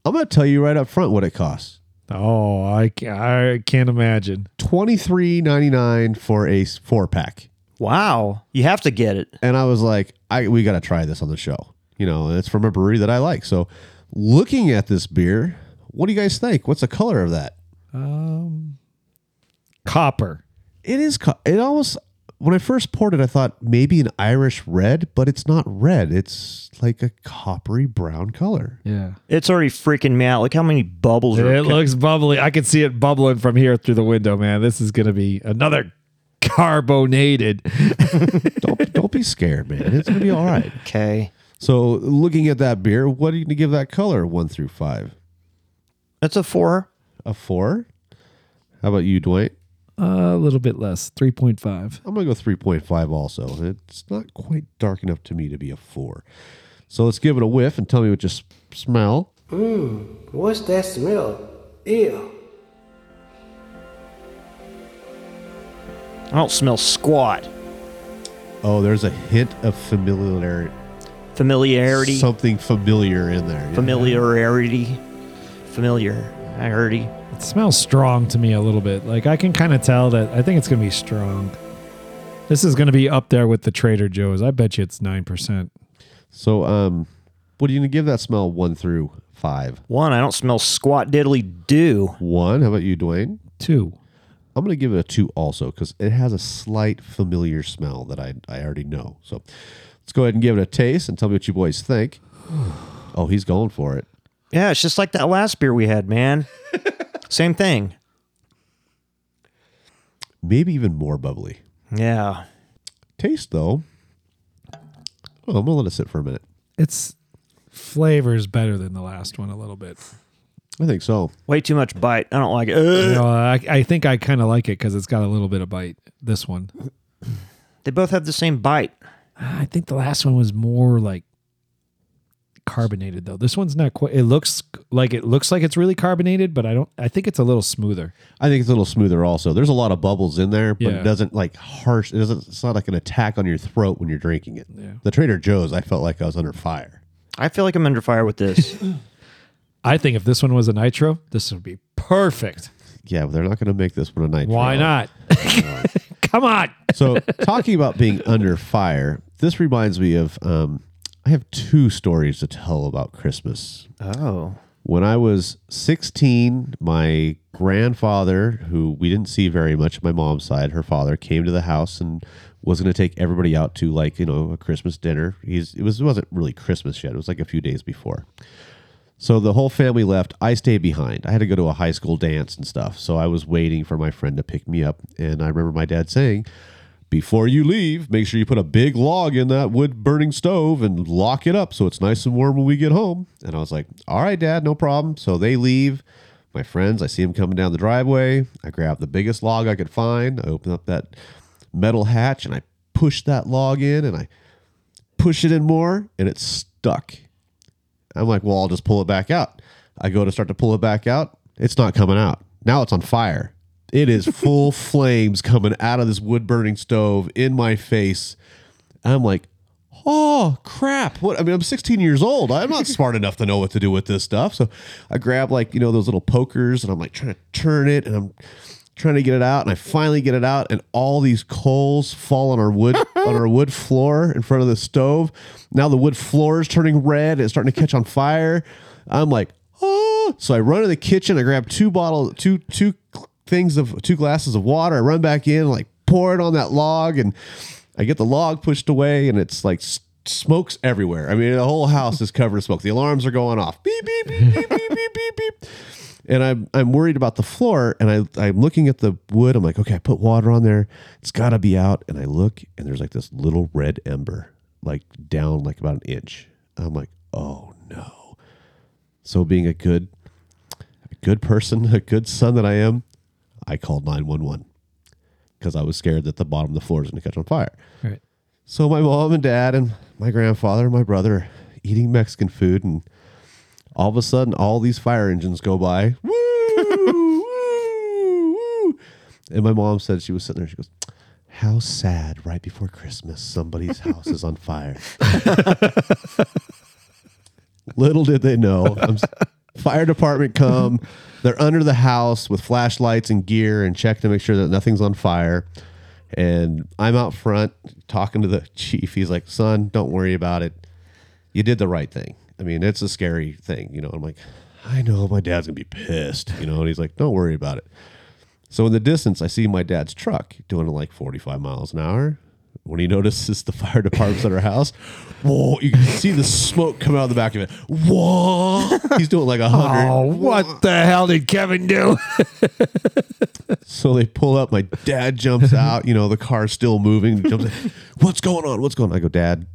Speaker 4: I'm going to tell you right up front what it costs.
Speaker 5: Oh, I ca- I can't imagine.
Speaker 4: Twenty three ninety nine for a s- four pack.
Speaker 6: Wow. You have to get it.
Speaker 4: and I was like, I we got to try this on the show. You know, and it's from a brewery that I like. So, looking at this beer, what do you guys think? What's the color of that?
Speaker 5: Um, Copper.
Speaker 4: It is. co- It almost when I first poured it, I thought maybe an Irish red, but it's not red. It's like a coppery brown color.
Speaker 5: Yeah.
Speaker 6: It's already freaking me out. Look how many bubbles are.
Speaker 5: It looks bubbly. I can see it bubbling from here through the window, man. This is going to be another [laughs] carbonated.
Speaker 4: Don't [laughs] don't be scared, man. It's gonna be all right.
Speaker 6: okay.
Speaker 4: So, looking at that beer, what are you gonna give that color? One through five,
Speaker 6: That's a four.
Speaker 4: a four. How about you, Dwight?
Speaker 5: a little bit less, 3.5.
Speaker 4: I'm gonna go 3.5 also. It's not quite dark enough to me to be a four. So let's give it a whiff and tell me what you s- smell.
Speaker 8: What's that smell? Ew.
Speaker 6: I don't smell squat.
Speaker 4: Oh, there's a hint of familiarity.
Speaker 6: Familiarity.
Speaker 4: Something familiar in there. yeah.
Speaker 6: familiarity. Familiar. I heard he.
Speaker 5: It smells strong to me a little bit. Like I can kind of tell that I think it's going to be strong. This is going to be up there with the Trader Joe's. I bet you it's 9%.
Speaker 4: So, um, what are you going to give that smell one through five?
Speaker 6: One, I don't smell squat diddly do.
Speaker 4: One. How about you, Dwayne?
Speaker 5: Two.
Speaker 4: I'm going to give it a two also because it has a slight familiar smell that I, I already know. So, let's go ahead and give it a taste and tell me what you boys think. [sighs] Oh, he's going for it.
Speaker 6: Yeah, it's just like that last beer we had, [laughs] man. Same thing.
Speaker 4: Maybe even more bubbly.
Speaker 6: Yeah.
Speaker 4: Taste, though. Oh, I'm going to let it sit for a minute.
Speaker 5: It's flavors better than the last one a little bit.
Speaker 4: I think so.
Speaker 6: Way too much bite. I don't like it.
Speaker 5: You
Speaker 6: Ugh.
Speaker 5: know, I, I think I kind of like it because it's got a little bit of bite. This one.
Speaker 6: They both have the same bite.
Speaker 5: I think the last one was more like carbonated though. This one's not quite. It looks like it looks like it's really carbonated, but I don't. I think it's a little smoother.
Speaker 4: I think it's a little smoother also. There's a lot of bubbles in there, but
Speaker 5: Yeah.
Speaker 4: it doesn't like harsh. It doesn't. It's not like an attack on your throat when you're drinking it.
Speaker 5: Yeah.
Speaker 4: The Trader Joe's, I felt like I was under fire.
Speaker 6: I feel like I'm under fire with [laughs] this.
Speaker 5: I think if this one was a nitro, this would be perfect.
Speaker 4: Yeah, but they're not going to make this one a night.
Speaker 5: Why not? [laughs] Come on.
Speaker 4: so talking about being under fire, this reminds me of. Um, I have two stories to tell about Christmas.
Speaker 6: oh.
Speaker 4: When I was 16, my grandfather, who we didn't see very much, my mom's side, her father came to the house and was going to take everybody out to like you know a Christmas dinner. He's it was it wasn't really Christmas yet. It was like a few days before. So the whole family left. I stayed behind. I had to go to a high school dance and stuff. So I was waiting for my friend to pick me up. And I remember my dad saying, Before you leave, make sure you put a big log in that wood burning stove and lock it up so it's nice and warm when we get home. And I was like, All right, dad, no problem. So they leave. My friends, I see them coming down the driveway. I grab the biggest log I could find. I open up that metal hatch and I push that log in and I push it in more and it's stuck. I'm like, well, I'll just pull it back out. I go to start to pull it back out. It's not coming out. Now it's on fire. It is full [laughs] flames coming out of this wood burning stove in my face. I'm like, oh crap! What? I mean, I'm 16 years old. I'm not smart [laughs] enough to know what to do with this stuff. So I grab like you know those little pokers and I'm like trying to turn it and I'm trying to get it out and I finally get it out and all these coals fall on our wood on our wood floor in front of the stove. Now the wood floor is turning red. It's starting to catch on fire. I'm like, oh! So I run to the kitchen. I grab two bottles, two two things of two glasses of water. I run back in, like pour it on that log, and I get the log pushed away, and it's like. s- Smokes everywhere. I mean, the whole house is covered in smoke. The alarms are going off. Beep beep beep beep beep beep beep beep and I'm I'm worried about the floor, and I I'm looking at the wood. I'm like, okay, I put water on there. It's got to be out. And I look, and there's like this little red ember, like down like about an inch. I'm like, oh no. So being a good, a good person, [laughs] a good son that I am, I called nine one one because I was scared that the bottom of the floor is going to catch on fire.
Speaker 5: Right.
Speaker 4: So my mom and dad and my grandfather and my brother are eating Mexican food, and all of a sudden, all these fire engines go by. [laughs] Woo, woo, woo. And my mom said she was sitting there. She goes, "How sad! Right before Christmas, somebody's house is on fire." [laughs] Little did they know. I'm s- fire department come. They're under the house with flashlights and gear and check to make sure that nothing's on fire. And I'm out front talking to the [laughs] chief. He's like, "Son, don't worry about it. You did the right thing." I mean, it's a scary thing, you know. I'm like, "I know my dad's gonna be pissed," you know. And he's like, "Don't worry about it." So in the distance, I see my dad's truck doing like 45 miles an hour. When he [laughs] notices the fire department's at our house, whoa, you can see the smoke come out of the back of it. Whoa, he's doing like a hundred.
Speaker 5: Oh, what the hell did Kevin do?
Speaker 4: So they pull up. My dad jumps out. You know, the car's still moving. He Jumps in. What's going on? What's going on? I go, Dad,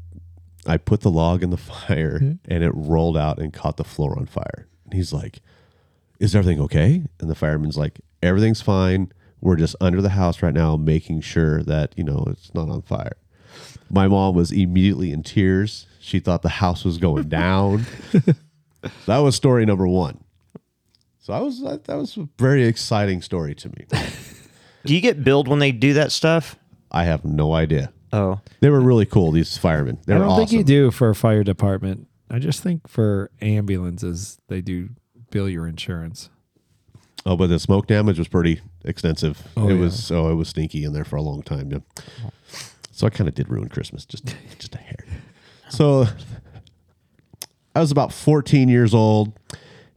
Speaker 4: I put the log in the fire and it rolled out and caught the floor on fire. And he's like, Is everything okay? And the fireman's like, Everything's fine. We're just under the house right now, making sure that, you know, it's not on fire. My mom was immediately in tears. She thought the house was going down. that was story number one. So I was that that was a very exciting story to me.
Speaker 6: Do you get billed when they do that stuff?
Speaker 4: I have no idea.
Speaker 6: Oh.
Speaker 4: They were really cool. These firemen. They
Speaker 5: I
Speaker 4: were
Speaker 5: don't
Speaker 4: awesome.
Speaker 5: think you do for a fire department. I just think for ambulances, they do bill your insurance.
Speaker 4: Oh, but the smoke damage was pretty extensive.
Speaker 5: Oh,
Speaker 4: it
Speaker 5: yeah.
Speaker 4: was so it was sneaky in there for a long time. Yeah. So I kind of did ruin Christmas just [laughs] just a hair. So I was about 14 years old,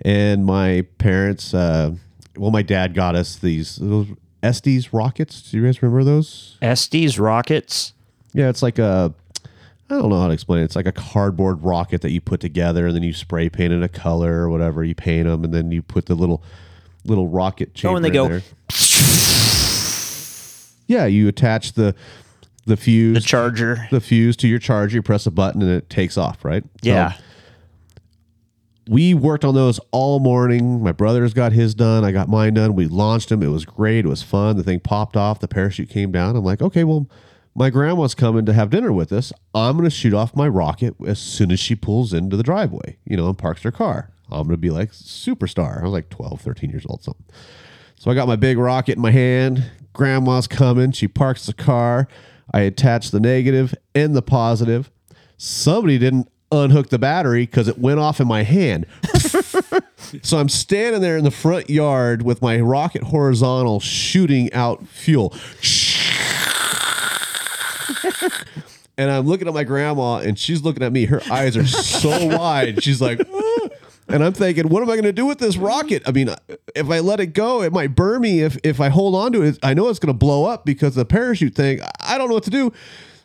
Speaker 4: and my parents, uh, well, my dad got us these those Estes rockets. Do you guys remember those?
Speaker 6: Estes rockets.
Speaker 4: Yeah, it's like a I don't know how to explain it. It's like a cardboard rocket that you put together and then you spray paint it a color or whatever. You paint them and then you put the little little rocket chamber.
Speaker 6: Oh, and they
Speaker 4: in
Speaker 6: go-
Speaker 4: there. Yeah, you attach the the fuse,
Speaker 6: The charger.
Speaker 4: the fuse to your charger. You press a button and it takes off. Right? So
Speaker 6: Yeah.
Speaker 4: we worked on those all morning. My brother's got his done. I got mine done. We launched them. It was great. It was fun. The thing popped off. The parachute came down. I'm like, okay, well, my grandma's coming to have dinner with us. I'm going to shoot off my rocket as soon as she pulls into the driveway, you know, and parks her car. I'm going to be like superstar. I was like 12, 13 years old, something. So I got my big rocket in my hand. Grandma's coming. She parks the car. I attach the negative and the positive. Somebody didn't unhook the battery because it went off in my hand. [laughs] so I'm standing there in the front yard with my rocket horizontal shooting out fuel. [laughs] And I'm looking at my grandma and she's looking at me. Her eyes are so [laughs] wide. She's like, "Ah." and I'm thinking, what am I going to do with this rocket? I mean, if I let it go, it might burn me. If, if I hold on to it, I know it's going to blow up because of the parachute thing. I don't know what to do.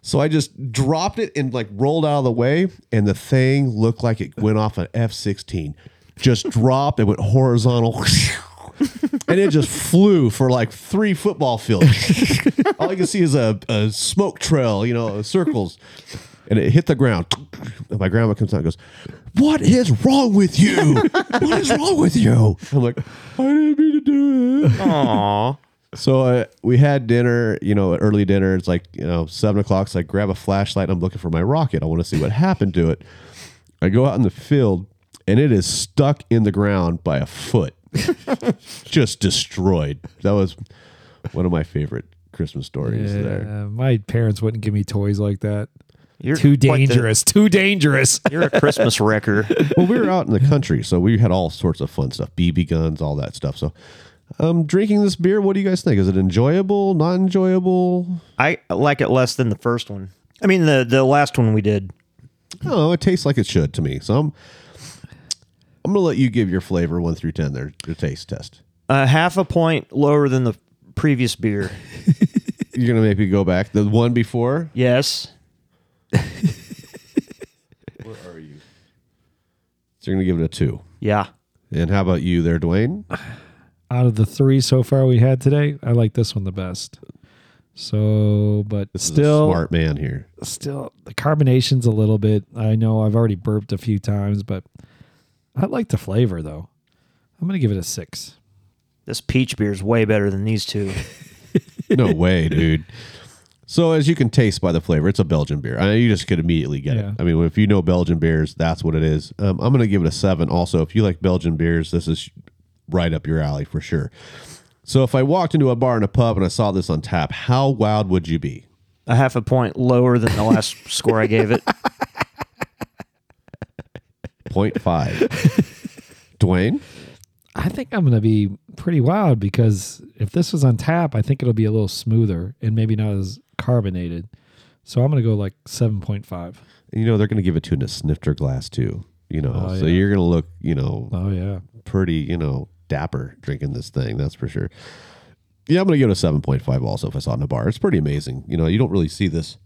Speaker 4: So I just dropped it and like rolled out of the way. And the thing looked like it went off an F 16. Just dropped, it went horizontal. [laughs] and it just flew for like three football fields. All you can see is a, a smoke trail, you know, circles. And it hit the ground. And my grandma comes out and goes, What is wrong with you? What is wrong with you? I'm like, I didn't mean to do it.
Speaker 6: Aw.
Speaker 4: So uh, we had dinner, you know, early dinner. It's like, you know, seven o'clock. So I grab a flashlight and I'm looking for my rocket. I want to see what happened to it. I go out in the field and it is stuck in the ground by a foot, just destroyed. That was one of my favorite Christmas stories there.
Speaker 5: Yeah, Uh, my parents wouldn't give me toys like that.
Speaker 6: You're
Speaker 5: too
Speaker 6: quite the-
Speaker 5: dangerous. too dangerous.
Speaker 6: you're a Christmas [laughs] wrecker.
Speaker 4: Well, we were out in the country, so we had all sorts of fun stuff BB guns, all that stuff. So, um, drinking this beer, what do you guys think? Is it enjoyable, not enjoyable?
Speaker 6: I like it less than the first one. I mean the the last one we did.
Speaker 4: No, it tastes like it should to me. So I'm, I'm gonna let you give your flavor one through ten. Their, their taste test.
Speaker 6: Uh, half a point lower than the previous beer.
Speaker 4: You're gonna make me go back the one before.
Speaker 6: Yes.
Speaker 4: So you're gonna give it a two.
Speaker 6: Yeah.
Speaker 4: And how about you there, Dwayne?
Speaker 5: [laughs] Out of the three so far we had today, I like this one the best. So, but
Speaker 4: This
Speaker 5: still,
Speaker 4: is a smart man here.
Speaker 5: still the carbonation's a little bit. I know I've already burped a few times, but I like the flavor though. I'm gonna give it a six.
Speaker 6: This peach beer is way better than these two.
Speaker 4: [laughs] No way, dude. So as you can taste by the flavor, it's a Belgian beer. I mean, you just could immediately get
Speaker 5: Yeah.
Speaker 4: it. I mean, if you know Belgian beers, that's what it is. Um, I'm gonna give it a seven. Also, if you like Belgian beers, this is right up your alley for sure. So if I walked into a bar and a pub and I saw this on tap, how wild would you be?
Speaker 6: A half a point lower than the last [laughs] score I gave it.
Speaker 5: [laughs]
Speaker 4: 0.5. Dwayne,
Speaker 5: I think I'm gonna be pretty wild because if this was on tap, I think it'll be a little smoother and maybe not as carbonated. So I'm gonna go like seven point five.
Speaker 4: you know they're going to give it to you in a snifter glass too. You know,
Speaker 5: Oh,
Speaker 4: so
Speaker 5: yeah.
Speaker 4: you're going to look, you know,
Speaker 5: Oh yeah.
Speaker 4: pretty, you know, dapper drinking this thing. That's for sure. Yeah, I'm going to give it a 7.5 also if I saw it in a bar. It's pretty amazing. You know, you don't really see this.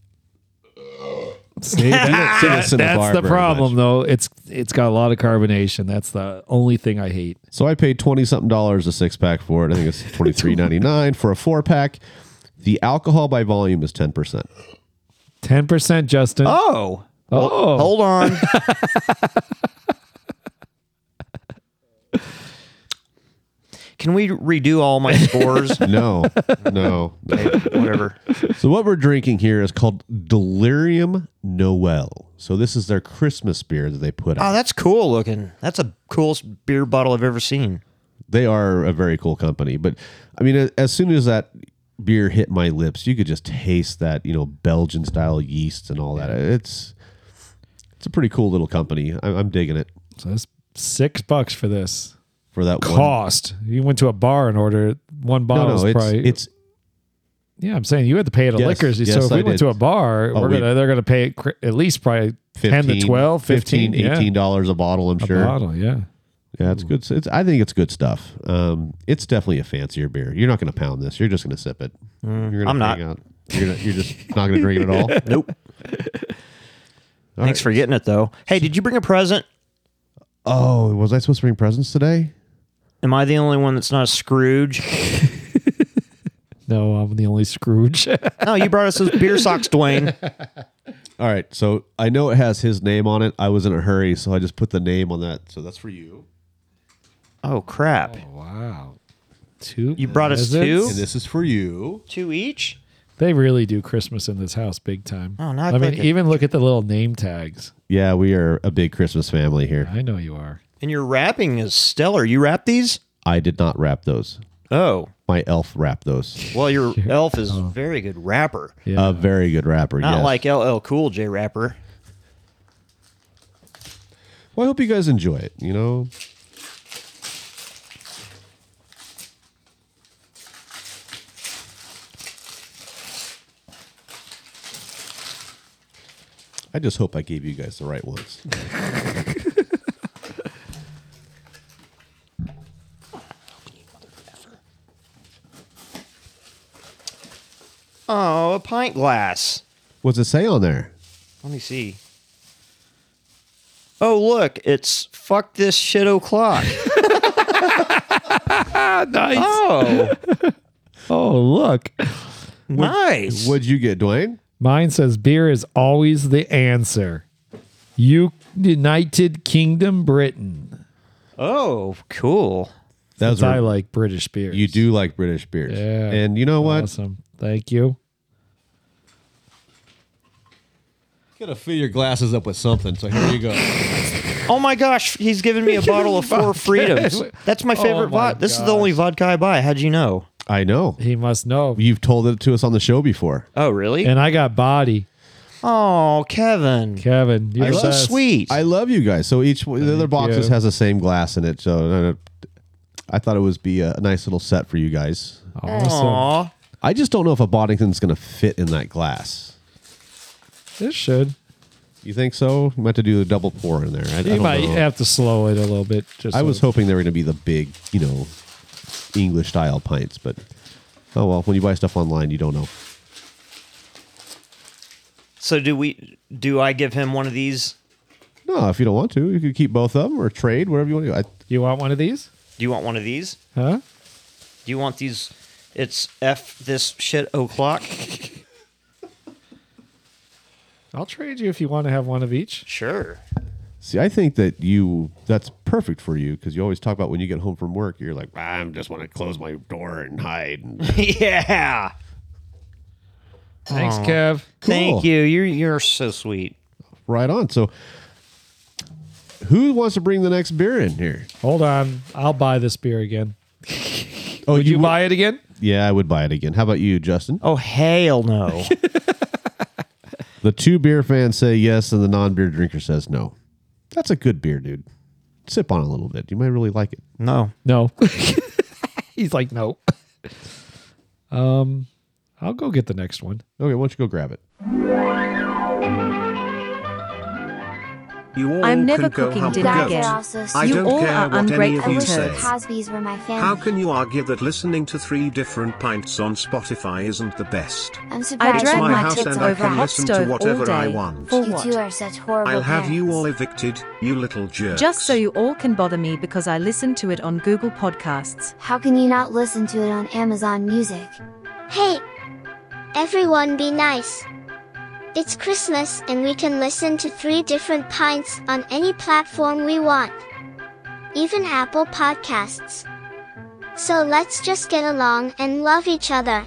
Speaker 5: See, that- [laughs]
Speaker 4: See this in a bar
Speaker 5: that's the
Speaker 4: very
Speaker 5: problem
Speaker 4: much.
Speaker 5: though. It's it's got a lot of carbonation. That's the only thing I hate.
Speaker 4: So I paid 20 something dollars a six pack for it. I think it's 23.99 for a four pack. The alcohol by volume is 10%.
Speaker 5: Ten percent, Justin.
Speaker 6: Oh.
Speaker 5: Oh.
Speaker 6: Hold [laughs] on. Can we redo all my [laughs] scores?
Speaker 4: No, no, no.
Speaker 6: Whatever.
Speaker 4: So what we're drinking here is called Delirium Noel. So this is their Christmas beer that they put
Speaker 6: Oh,
Speaker 4: out.
Speaker 6: that's cool looking. That's the coolest beer bottle I've ever seen.
Speaker 4: They are a very cool company, but I mean, a- as soon as that beer hit my lips, you could just taste that you know Belgian style yeast and all that. It's it's a pretty cool little company. I'm, I'm digging it.
Speaker 5: So that's six bucks for this.
Speaker 4: for that one-
Speaker 5: cost. You went to a bar and ordered one
Speaker 4: No,
Speaker 5: bottle.
Speaker 4: no,
Speaker 5: is
Speaker 4: it's
Speaker 5: probably,
Speaker 4: it's
Speaker 5: yeah. I'm saying you had to pay at a
Speaker 4: Yes,
Speaker 5: liquor. So
Speaker 4: yes,
Speaker 5: if
Speaker 4: I
Speaker 5: we went
Speaker 4: did.
Speaker 5: to a bar,
Speaker 4: Oh,
Speaker 5: we're
Speaker 4: we-
Speaker 5: gonna, they're going to pay cr- at least probably
Speaker 4: 15,
Speaker 5: 10 to 12, 15,
Speaker 4: 15
Speaker 5: yeah.
Speaker 4: 18 dollars a bottle. I'm
Speaker 5: a
Speaker 4: sure.
Speaker 5: bottle. Yeah.
Speaker 4: Yeah, it's good. It's I think it's good stuff. Um, it's definitely a fancier beer. You're not going to pound this. You're just going to sip it.
Speaker 5: Mm,
Speaker 4: You're gonna
Speaker 6: I'm not.
Speaker 4: hang out. You're, gonna, you're just not going to drink it at all.
Speaker 5: [laughs]
Speaker 6: Nope. Thanks for getting it though. Hey, did you bring a present?
Speaker 4: Oh, was I supposed to bring presents today?
Speaker 6: Am I the only one that's not a Scrooge?
Speaker 5: No, I'm the only Scrooge. [laughs]
Speaker 6: No, you brought us those beer socks, Dwayne.
Speaker 4: All right. So I know it has his name on it. I was in a hurry, so I just put the name on that. So that's for you.
Speaker 6: Oh crap!
Speaker 5: wow. Two.
Speaker 6: You brought us
Speaker 5: presents?
Speaker 6: two?
Speaker 4: And this is for you.
Speaker 6: Two each.
Speaker 5: They really do Christmas in this house big time.
Speaker 6: Oh,
Speaker 5: I
Speaker 6: not
Speaker 5: mean,
Speaker 6: like it.
Speaker 5: even look at the little name tags.
Speaker 4: Yeah, we are a big Christmas family here.
Speaker 5: I know you are.
Speaker 6: And your wrapping is stellar. You wrap these?
Speaker 4: I did not wrap those.
Speaker 6: Oh,
Speaker 4: My elf wrapped those.
Speaker 6: well, [laughs] your elf is a very good rapper.
Speaker 5: Yeah.
Speaker 4: A very good rapper.
Speaker 6: Not
Speaker 4: yes.
Speaker 6: like LL Cool J rapper.
Speaker 4: Well, I hope you guys enjoy it. You know, I just hope I gave you guys the right ones.
Speaker 6: [laughs] Oh, a pint glass.
Speaker 4: What's it say on there?
Speaker 6: Let me see. Oh, look, it's fuck this shit [laughs] o'clock.
Speaker 5: nice.
Speaker 6: Oh,
Speaker 5: Oh, look.
Speaker 6: nice.
Speaker 4: What'd you get, Dwayne?
Speaker 5: Mine says beer is always the answer. United Kingdom, Britain.
Speaker 6: oh, cool.
Speaker 4: That was
Speaker 5: Since I
Speaker 4: a-
Speaker 5: like British beers.
Speaker 4: you do like British beers,
Speaker 5: Yeah.
Speaker 4: And you know what?
Speaker 5: Awesome. Thank you.
Speaker 4: Gotta fill your glasses up with something. So here you go.
Speaker 6: Oh my gosh, he's giving me a bottle of [laughs] Four Freedoms. That's Oh my favorite
Speaker 5: my
Speaker 6: vodka. This is the only vodka I buy. How'd you know?
Speaker 4: [laughs] I know
Speaker 5: He must know.
Speaker 4: you've told it to us on the show before.
Speaker 6: Oh, really?
Speaker 5: And I got body.
Speaker 6: oh, Kevin.
Speaker 5: Kevin, you're
Speaker 6: You're
Speaker 5: the
Speaker 6: so
Speaker 5: best.
Speaker 6: sweet.
Speaker 4: I love you guys. So each the other box
Speaker 5: you.
Speaker 4: just has the same glass in it. So uh, I thought it was be a nice little set for you guys.
Speaker 5: Awesome.
Speaker 6: Aw.
Speaker 4: I just don't know if a Boddington's going to fit in that glass.
Speaker 5: This should.
Speaker 4: You think so? You might have to do the double pour in there. I, I
Speaker 5: You
Speaker 4: don't
Speaker 5: might
Speaker 4: know.
Speaker 5: have to slow it a little bit. Just
Speaker 4: I
Speaker 5: so-
Speaker 4: was hoping they were going to be the big, you know, English style pints, but oh well. When you buy stuff online, you don't know.
Speaker 6: So do we? Do I give him one of these?
Speaker 4: No, if you don't want to, you could keep both of them or trade whatever you want to. do. I,
Speaker 5: You want one of these?
Speaker 6: Do you want one of these?
Speaker 5: Huh?
Speaker 6: Do you want these? It's f this shit o'clock.
Speaker 5: I'll trade you if you want to have one of each.
Speaker 6: [laughs] Sure.
Speaker 4: See, I think that you that's perfect for you because you always talk about when you get home from work, you're like, I am just want to close my door and hide. And [laughs]
Speaker 6: [laughs] yeah.
Speaker 5: Thanks, Kev.
Speaker 6: Thank you. You're you're so sweet.
Speaker 4: right on. So, who wants to bring the next beer in here?
Speaker 5: Hold on. I'll buy this beer again.
Speaker 4: Oh,
Speaker 5: Would you, buy it again?
Speaker 4: Yeah, I would buy it again. How about you, Justin?
Speaker 6: Oh hell no.
Speaker 4: The two beer fans say yes, and the non-beer drinker says no. That's a good beer, dude. Sip on it a little bit. You might really like it.
Speaker 6: no.
Speaker 5: No. [laughs] He's like, no. Um, I'll go get the next one.
Speaker 4: Okay, why don't you go grab it?
Speaker 12: You all
Speaker 10: I'm
Speaker 12: can
Speaker 10: never
Speaker 12: go
Speaker 10: cooking
Speaker 12: hump
Speaker 10: dinner
Speaker 12: goats.
Speaker 10: again.
Speaker 12: I
Speaker 10: You
Speaker 12: don't
Speaker 10: all
Speaker 12: care
Speaker 10: are
Speaker 12: what any of
Speaker 10: ungrateful
Speaker 12: you say.
Speaker 10: turds.
Speaker 12: How can you argue that listening to three different pints on Spotify isn't the best?
Speaker 10: I
Speaker 12: It's
Speaker 10: drag
Speaker 12: my
Speaker 10: my
Speaker 12: house
Speaker 10: tits
Speaker 12: and I
Speaker 10: over a
Speaker 12: can
Speaker 10: hot
Speaker 12: listen to
Speaker 10: stove all
Speaker 12: whatever I
Speaker 10: day.
Speaker 12: want.
Speaker 10: For what?
Speaker 12: I'll have you all evicted, you little jerks.
Speaker 10: Just so you all can bother me because I listen to it on Google Podcasts.
Speaker 13: How can you not listen to it on Amazon Music? Hey! Everyone be nice. It's Christmas and we can listen to three different pints on any platform we want. Even Apple Podcasts. So let's just get along and love each other.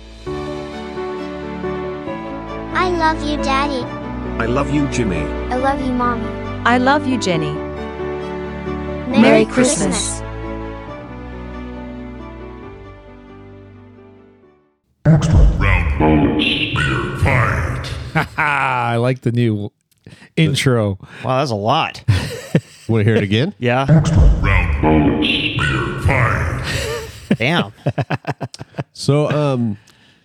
Speaker 13: I love you, Daddy.
Speaker 12: I love you, Jimmy.
Speaker 13: I love you, Mommy.
Speaker 10: I love you, Jenny.
Speaker 13: Merry, Christmas.
Speaker 2: Round knowledge, beer, fight.
Speaker 5: Ah, I like the new intro.
Speaker 6: Wow, that's a lot.
Speaker 4: Want to hear it again?
Speaker 6: Yeah.
Speaker 2: Round knowledge, beer,
Speaker 6: Damn.
Speaker 4: So, um,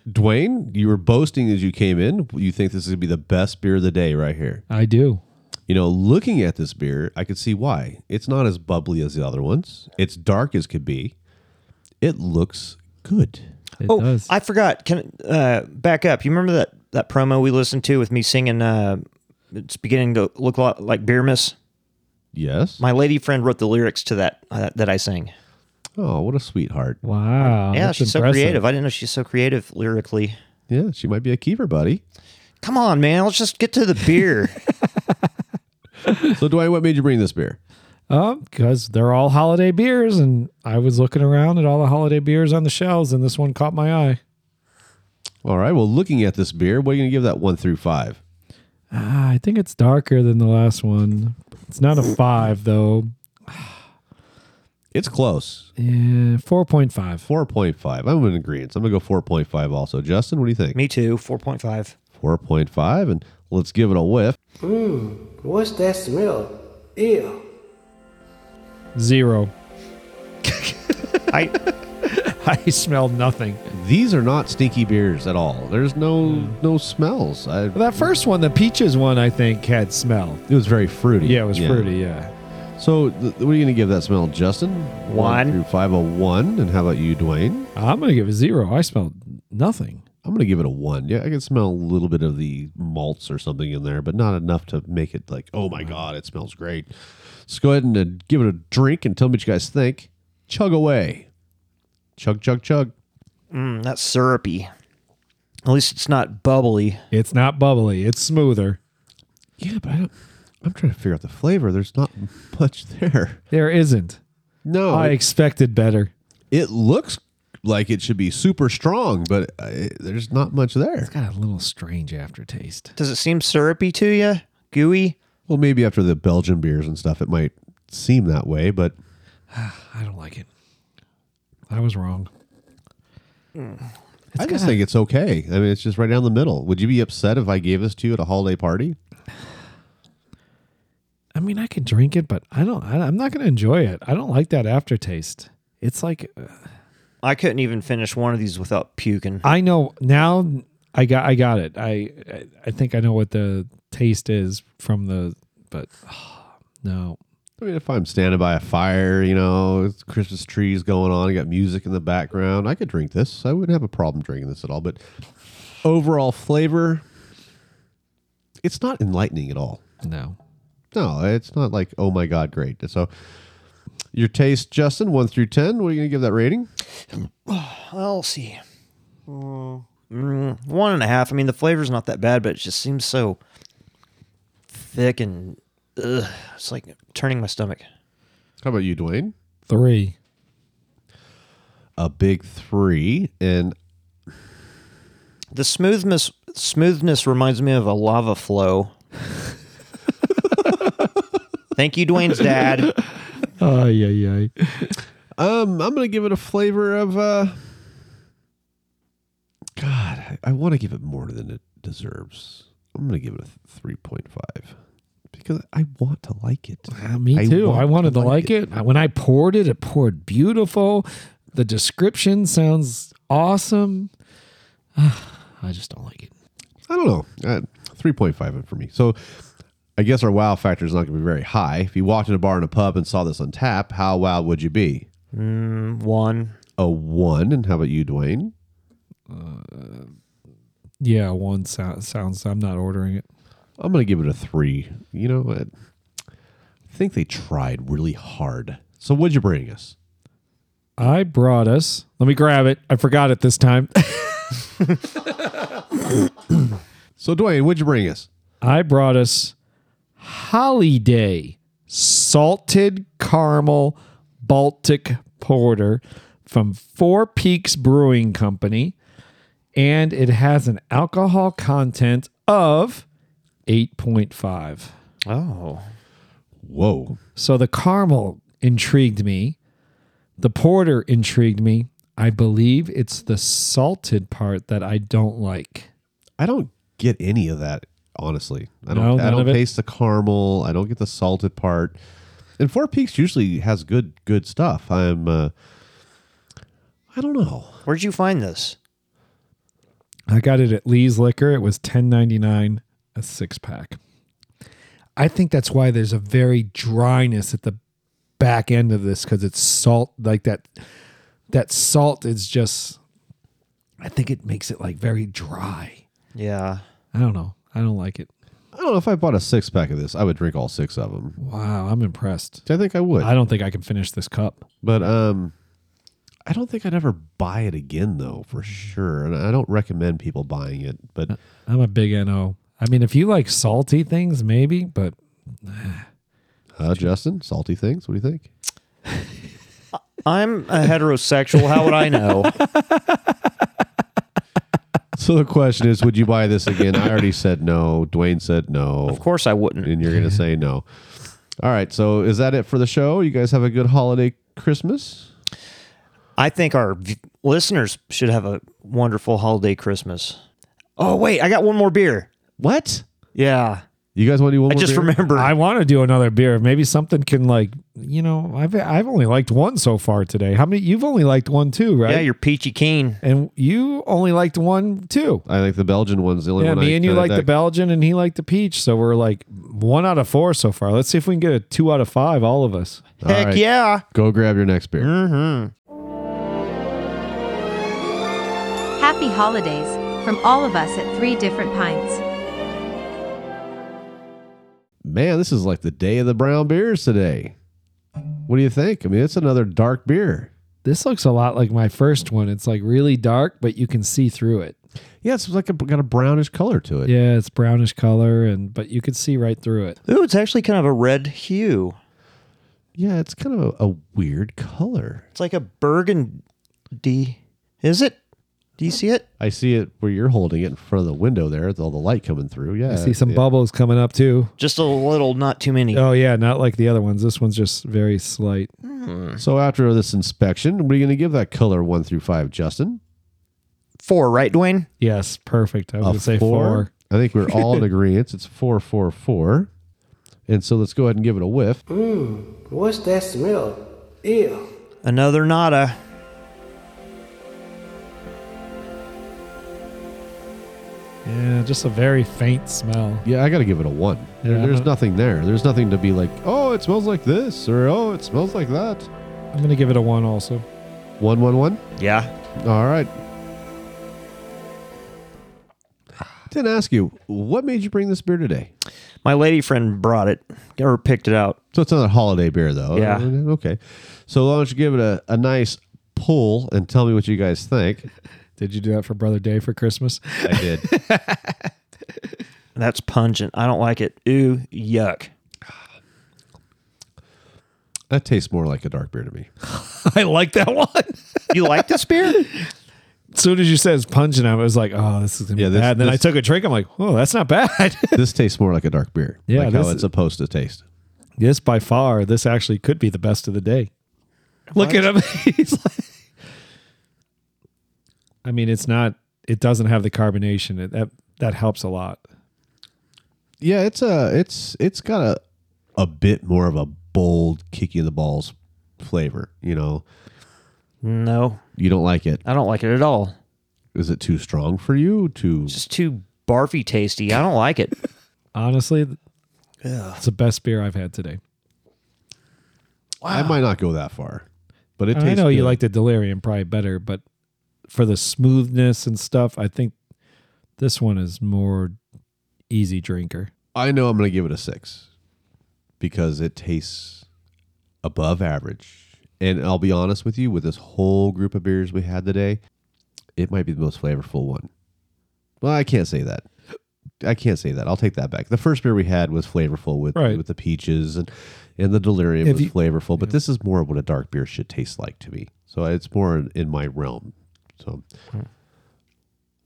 Speaker 4: Dwayne, you were boasting as you came in. You think this is going to be the best beer of the day right here.
Speaker 5: I do.
Speaker 4: You know, looking at this beer, I could see why. It's not as bubbly as the other ones. It's dark as could be. It looks good.
Speaker 6: oh, I forgot. Can uh, back up. You remember that that promo we listened to with me singing? Uh, it's beginning to look a lot like Beer Miss.
Speaker 4: Yes.
Speaker 6: My lady friend wrote the lyrics to that uh, that I sang.
Speaker 4: Oh, what a sweetheart.
Speaker 5: Wow.
Speaker 6: yeah, she's so creative. I didn't know she's so creative lyrically.
Speaker 4: Yeah, she might be a keeper, buddy.
Speaker 6: Come on, man. Let's just get to the beer.
Speaker 4: so, Dwayne, what made you bring this beer?
Speaker 5: Um, because they're all holiday beers, and I was looking around at all the holiday beers on the shelves, and this one caught my eye.
Speaker 4: All right. Well, looking at this beer, what are you going to give that one through five?
Speaker 5: Ah, I think it's darker than the last one. It's not a five though.
Speaker 4: It's close.
Speaker 5: Yeah, Eh, four point five.
Speaker 4: Four point five. I'm in agreement. I'm going to go four point five. Also, Justin, what do you think?
Speaker 6: Me too. Four point five.
Speaker 4: Four point five, and let's give it a whiff.
Speaker 8: Mmm, what's that smell? Ew.
Speaker 5: Zero.
Speaker 6: I
Speaker 5: I smell nothing.
Speaker 4: These are not stinky beers at all. There's no no smells. I,
Speaker 5: that first one, the peaches one, I think had smell.
Speaker 4: It was very fruity.
Speaker 5: Yeah, it was fruity. Yeah.
Speaker 4: So, th- what are you going to give that smell, Justin?
Speaker 6: One.
Speaker 4: through five, a one. And how about you, Dwayne?
Speaker 5: I'm going to give it zero. I smelled nothing.
Speaker 4: I'm going to give it a one. Yeah, I can smell a little bit of the malts or something in there, but not enough to make it like, oh my god, it smells great. Let's go ahead and uh, give it a drink and tell me what you guys think. Chug away. Chug, chug, chug.
Speaker 6: Mm, that's syrupy. At least it's not bubbly.
Speaker 5: It's not bubbly. It's smoother.
Speaker 4: Yeah, but I don't, I'm trying to figure out the flavor. There's not [laughs] much there.
Speaker 5: There isn't.
Speaker 4: No,
Speaker 5: I expected better.
Speaker 4: it looks like it should be super strong, but uh, there's not much there.
Speaker 5: It's got a little strange aftertaste.
Speaker 6: Does it seem syrupy to you? Gooey?
Speaker 4: Well, maybe after the Belgian beers and stuff, it might seem that way, but
Speaker 5: I don't like it. I was wrong.
Speaker 4: I just think it's okay. I mean, it's just right down the middle. Would you be upset if I gave this to you at a holiday party?
Speaker 5: I mean, I could drink it, but I don't. I, I'm not going to enjoy it. I don't like that aftertaste. It's like uh,
Speaker 6: I couldn't even finish one of these without puking.
Speaker 5: I know now. I got. I got it. I. I- I think I know what the taste is from the. But [sighs] no,
Speaker 4: I mean, if I'm standing by a fire, you know, it's Christmas trees going on, you got music in the background, I could drink this. I wouldn't have a problem drinking this at all. But overall flavor, it's not enlightening at all.
Speaker 5: no.
Speaker 4: No, it's not like, oh my God, great. So, your taste, Justin, one through 10, what are you going to give that rating?
Speaker 6: Well, let's see. Mm, one and a half. I mean, the flavor's not that bad, but it just seems so thick and ugh, it's like turning my stomach.
Speaker 4: How about you, Dwayne?
Speaker 5: Three.
Speaker 4: A big three. And
Speaker 6: The smoothness smoothness reminds me of a lava flow. [laughs] Thank you, Dwayne's dad.
Speaker 5: Oh yeah, yeah.
Speaker 4: um, I'm going to give it a flavor of, uh, God, I, I want to give it more than it deserves. I'm going to give it a 3.5 because I want to like it.
Speaker 5: Uh, me too. I, wanted to like it. I- When I poured it, it poured beautiful. The description sounds awesome. [sighs] I just don't like it.
Speaker 4: I don't know. Uh, 3.5 for me. So I guess our wow factor is not going to be very high. If you walked in a bar in a pub and saw this on tap, how wow would you be?
Speaker 6: Mm, one.
Speaker 4: A one. And how about you, Dwayne?
Speaker 5: Yeah, one sound, sounds. I'm not ordering it.
Speaker 4: I'm going to give it a three. You know what? I think they tried really hard. So what'd you bring us?
Speaker 5: I brought us. Let me grab it. I forgot it this time.
Speaker 4: So Dwayne, what'd you bring us?
Speaker 5: I brought us Holiday Salted Caramel Baltic Porter from Four Peaks Brewing Company. And it has an alcohol content of 8.5.
Speaker 6: Oh.
Speaker 4: Whoa.
Speaker 5: So the caramel intrigued me. The porter intrigued me. I believe it's the salted part that I don't like.
Speaker 4: I don't get any of that, honestly. I
Speaker 5: No,
Speaker 4: don't I
Speaker 5: none
Speaker 4: don't
Speaker 5: of it?
Speaker 4: taste the caramel. I don't get the salted part. And Four Peaks usually has good good stuff. I'm uh I don't know.
Speaker 6: Where'd you find this?
Speaker 5: I got it at Lee's Liquor. It was ten ninety nine a six pack. I think that's why there's a very dryness at the back end of this because it's salt like that. That salt is just. I think it makes it like very dry.
Speaker 6: Yeah.
Speaker 5: I don't know. I don't like it.
Speaker 4: I don't know if I bought a six pack of this, I would drink all six of them.
Speaker 5: Wow, I'm impressed.
Speaker 4: I think I would.
Speaker 5: I don't think I can finish this cup.
Speaker 4: But um, I don't think I'd ever buy it again though, for sure. And I don't recommend people buying it. But
Speaker 5: I'm a big no. I mean, if you like salty things, maybe, but
Speaker 4: uh, Justin, salty things. What do you think?
Speaker 6: I'm a heterosexual. How would I [laughs] know?
Speaker 4: So the question is, would you buy this again? I already said no. Dwayne said no. Of
Speaker 6: course I wouldn't.
Speaker 4: And you're gonna say no. All right. So is that it for the show? You guys have a good holiday Christmas.
Speaker 6: I think our v- listeners should have a wonderful holiday Christmas. Oh wait, I got one more beer.
Speaker 4: What?
Speaker 6: Yeah.
Speaker 4: You guys want to do one
Speaker 6: I
Speaker 4: more
Speaker 6: just
Speaker 4: beer?
Speaker 6: remembered.
Speaker 5: I want to do another beer. Maybe something can like you know. I've I've only liked one so far today. How many? You've only liked one too, right?
Speaker 6: Yeah, you're peachy keen.
Speaker 5: and you only liked one too.
Speaker 4: I think the Belgian one's the only
Speaker 5: Yeah,
Speaker 4: one.
Speaker 5: me
Speaker 4: I,
Speaker 5: and you
Speaker 4: that-
Speaker 5: like the
Speaker 4: that-
Speaker 5: Belgian, and he liked the peach. So we're like one out of four so far. Let's see if we can get a two out of five. All of us.
Speaker 4: All
Speaker 6: Heck
Speaker 4: right.
Speaker 6: yeah.
Speaker 4: Go grab your next beer.
Speaker 6: Mm-hmm.
Speaker 10: Happy holidays from all of us at Three Different Pints.
Speaker 4: Man, this is like the day of the brown beers today. What do you think? I mean, it's another dark beer.
Speaker 5: This looks a lot like my first one. It's like really dark, but you can see through it.
Speaker 4: Yeah, it's like a, got a brownish color to it.
Speaker 5: Yeah, it's brownish color, and but you can see right through it.
Speaker 6: Ooh, it's actually kind of a red hue.
Speaker 4: Yeah, it's kind of a, a weird color.
Speaker 6: It's like a burgundy. Is it? Do you see it?
Speaker 4: I see it where you're holding it in front of the window there. With all the light coming through. Yeah,
Speaker 5: I see some
Speaker 4: yeah.
Speaker 5: bubbles coming up too.
Speaker 6: Just a little, not too many.
Speaker 5: Oh yeah, not like the other ones. This one's just very slight.
Speaker 4: So after this inspection, what are you going to give that color one through five, Justin?
Speaker 6: Four, right, Dwayne?
Speaker 5: Yes, perfect. I was
Speaker 4: A
Speaker 5: gonna say four.
Speaker 4: I think we're all
Speaker 5: [laughs]
Speaker 4: in agreement. It's four, four, four. And so let's go ahead and give it a whiff.
Speaker 8: Mmm, what's that smell? Ew.
Speaker 6: Another nada.
Speaker 5: Yeah, just a very faint smell.
Speaker 4: Yeah, I got to give it a one. There-
Speaker 5: Yeah.
Speaker 4: there's nothing there. There's nothing to be like, oh, it smells like this, or oh, it smells like that.
Speaker 5: I'm gonna give it a one also.
Speaker 4: One, one, one.
Speaker 6: Yeah.
Speaker 4: All right. Didn't ask you what made you bring this beer today.
Speaker 6: My lady friend brought it or picked it out.
Speaker 4: So it's another holiday beer, though.
Speaker 6: Yeah.
Speaker 4: Uh, Okay. So why don't you give it a, a nice pull and tell me what you guys think?
Speaker 5: Did you do that for Brother Day for Christmas? [laughs]
Speaker 4: I did.
Speaker 6: That's pungent. I don't like it. Ooh, yuck.
Speaker 4: that tastes more like a dark beer to me.
Speaker 5: I like that one.
Speaker 6: You like this [laughs] beer?
Speaker 5: As soon as you said it's pungent, I was like, oh, this is gonna
Speaker 4: Yeah,
Speaker 5: be
Speaker 4: this-
Speaker 5: bad. Then I
Speaker 4: this-
Speaker 5: took a drink. I'm like, oh, that's not bad. [laughs]
Speaker 4: this tastes more like a dark beer.
Speaker 5: Yeah,
Speaker 4: Like how
Speaker 5: this
Speaker 4: it's
Speaker 5: is-
Speaker 4: supposed to taste.
Speaker 5: yes, by far, this actually could be the best of the day. Look at him. [laughs] He's like, I mean, it's not. It doesn't have the carbonation. It, that that helps a lot.
Speaker 4: Yeah, it's a it's it's got a a bit more of a bold kick you in the balls flavor. You know,
Speaker 6: No,
Speaker 4: you don't like it.
Speaker 6: I don't like it at all.
Speaker 4: Is it too strong for you? Too
Speaker 6: It's just too barfy tasty. I don't like it.
Speaker 5: Honestly, it's the best beer I've had today.
Speaker 4: I might not go that far, but it. Tastes
Speaker 5: I know you
Speaker 4: good.
Speaker 5: like the delirium probably better, but for the smoothness and stuff, I think this one is more easy drinker.
Speaker 4: I know I'm going to give it a six because it tastes above average. And I'll be honest with you, with this whole group of beers we had today, it might be the most flavorful one. Well, I can't say that. I can't say that. I'll take that back. The first beer we had was flavorful with
Speaker 5: Right.
Speaker 4: with the peaches and and the delirium
Speaker 5: If
Speaker 4: was
Speaker 5: you-
Speaker 4: flavorful, but this is more of what a dark beer should taste like to me. So it's more in, in my realm. So
Speaker 6: [laughs]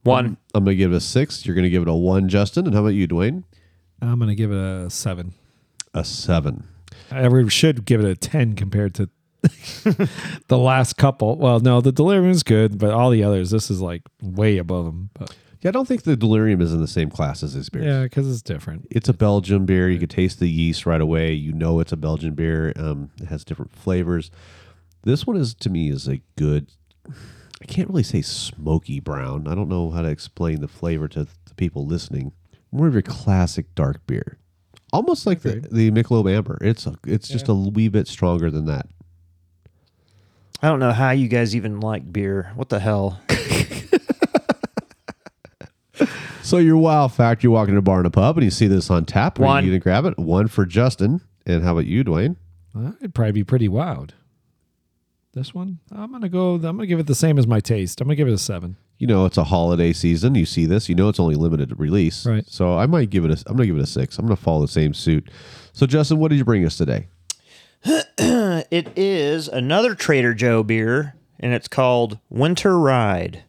Speaker 6: One.
Speaker 4: I'm gonna give it a six. You're gonna give it a one, Justin. And how about you, Dwayne?
Speaker 5: I'm gonna give it a seven.
Speaker 4: A seven.
Speaker 5: I re- should give it a ten compared to [laughs] the last couple. Well, no, the delirium is good, but all the others, this is like way above them. But
Speaker 4: Yeah, I don't think the delirium is in the same class as these beers.
Speaker 5: yeah, because it's different.
Speaker 4: It's a Belgian beer. You can taste the yeast right away. You know it's a Belgian beer. Um, it has different flavors. This one is to me is a good I can't really say smoky brown. I don't know how to explain the flavor to the people listening. More of your classic dark beer, almost like the, the Michelob Amber. It's a, it's just a wee bit stronger than that.
Speaker 6: I don't know how you guys even like beer. What the hell?
Speaker 4: So your wow fact: you walk into a bar in a pub and you see this on tap. One, you gonna grab it. One for Justin. And how about you, Dwayne?
Speaker 5: I'd probably be pretty wowed. This one, I'm gonna go. I'm gonna give it the same as my taste. I'm gonna give it a seven.
Speaker 4: You know it's a holiday season. You see this. You know it's only limited release. Right. So I might give it a. I'm gonna give it a six. I'm gonna follow the same suit. So Justin, what did you bring us today?
Speaker 6: Uh, it is another Trader Joe beer, and it's called Winter Ride.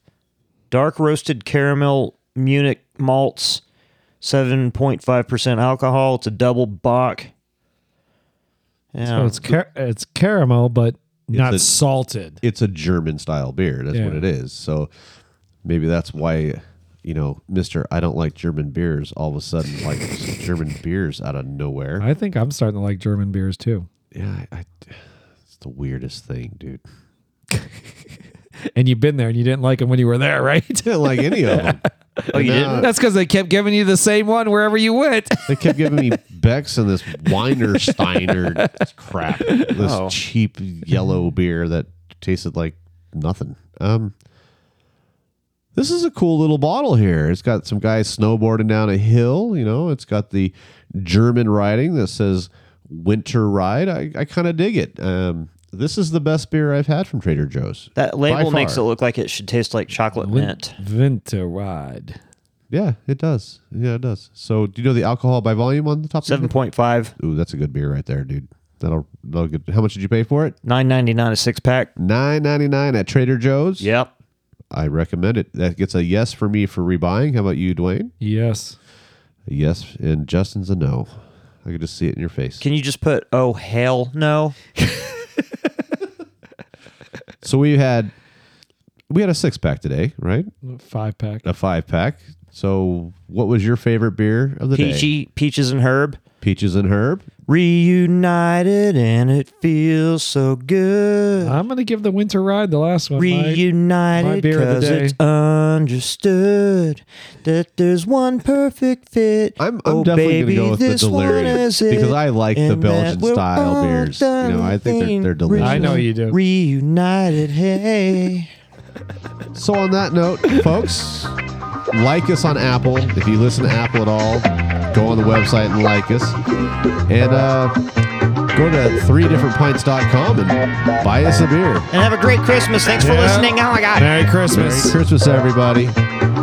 Speaker 6: Dark roasted caramel Munich malts, 7.5% alcohol. It's a double bock.
Speaker 5: So it's car- it's caramel, but not
Speaker 4: Oh. It's a-
Speaker 5: salted.
Speaker 4: It's a German style beer. That's what
Speaker 5: Yeah.
Speaker 4: it is. So maybe that's why you know, Mister, I don't like German beers. All of a sudden, like [laughs] German beers out of nowhere.
Speaker 5: I think I'm starting to like German beers too.
Speaker 4: Yeah, I, I, it's the weirdest thing, dude.
Speaker 5: And you've been there and you didn't like them when you were there, [laughs] right? Didn't
Speaker 4: like any
Speaker 5: [laughs]
Speaker 4: of them. Oh, you didn't?
Speaker 5: That's because they kept giving you the same one wherever you went.
Speaker 4: They kept giving me Becks and this Weiner Steiner crap. This
Speaker 5: Oh.
Speaker 4: cheap yellow beer that tasted like nothing. Um, this is a cool little bottle here. It's got some guys snowboarding down a hill. You know, it's got the German writing that says "Winter Ride." I, I kind of dig it. Um, this is the best beer I've had from Trader Joe's.
Speaker 6: That label
Speaker 4: By
Speaker 6: makes it
Speaker 4: far.
Speaker 6: look like it should taste like chocolate mint.
Speaker 5: Winter Ride.
Speaker 4: Yeah, it does. Yeah, it does. So, do you know the alcohol by volume on the top? Seven
Speaker 6: point five.
Speaker 4: Ooh, that's a good beer right there, dude. That'll that'll get. How much did you pay for it?
Speaker 6: Nine ninety nine a six pack.
Speaker 4: Nine ninety nine at Trader Joe's.
Speaker 6: Yep.
Speaker 4: I recommend it. That gets a yes for me for rebuying. How about you, Dwayne?
Speaker 5: Yes.
Speaker 4: A yes, and Justin's a no. I could just see it in your face.
Speaker 6: Can you just put oh hell no?
Speaker 4: So we had we had a six pack today, right?
Speaker 5: Five pack.
Speaker 4: A five pack. So what was your favorite beer of the day?
Speaker 6: Peachy peaches and herb.
Speaker 4: Peaches and herb.
Speaker 6: Reunited and it feels so good.
Speaker 4: Ah,
Speaker 5: I'm gonna give the Winter Ride the last one. My- my
Speaker 6: Reunited
Speaker 5: beer of the
Speaker 6: because
Speaker 5: day.
Speaker 6: it's understood that there's one perfect fit. Oh,
Speaker 4: I'm, I'm definitely going to go with the delirium because I like the Belgian style beers. You know, I think they're, they're delicious.
Speaker 6: Reunited, hey.
Speaker 4: So on that note, folks, like us on Apple. If you listen to Apple at all, go on the website and like us. And uh, go to three different pints.com and buy us a beer.
Speaker 6: And have a great Christmas. Thanks for
Speaker 4: Yeah.
Speaker 6: listening. Oh my God.
Speaker 4: Merry Christmas, everybody.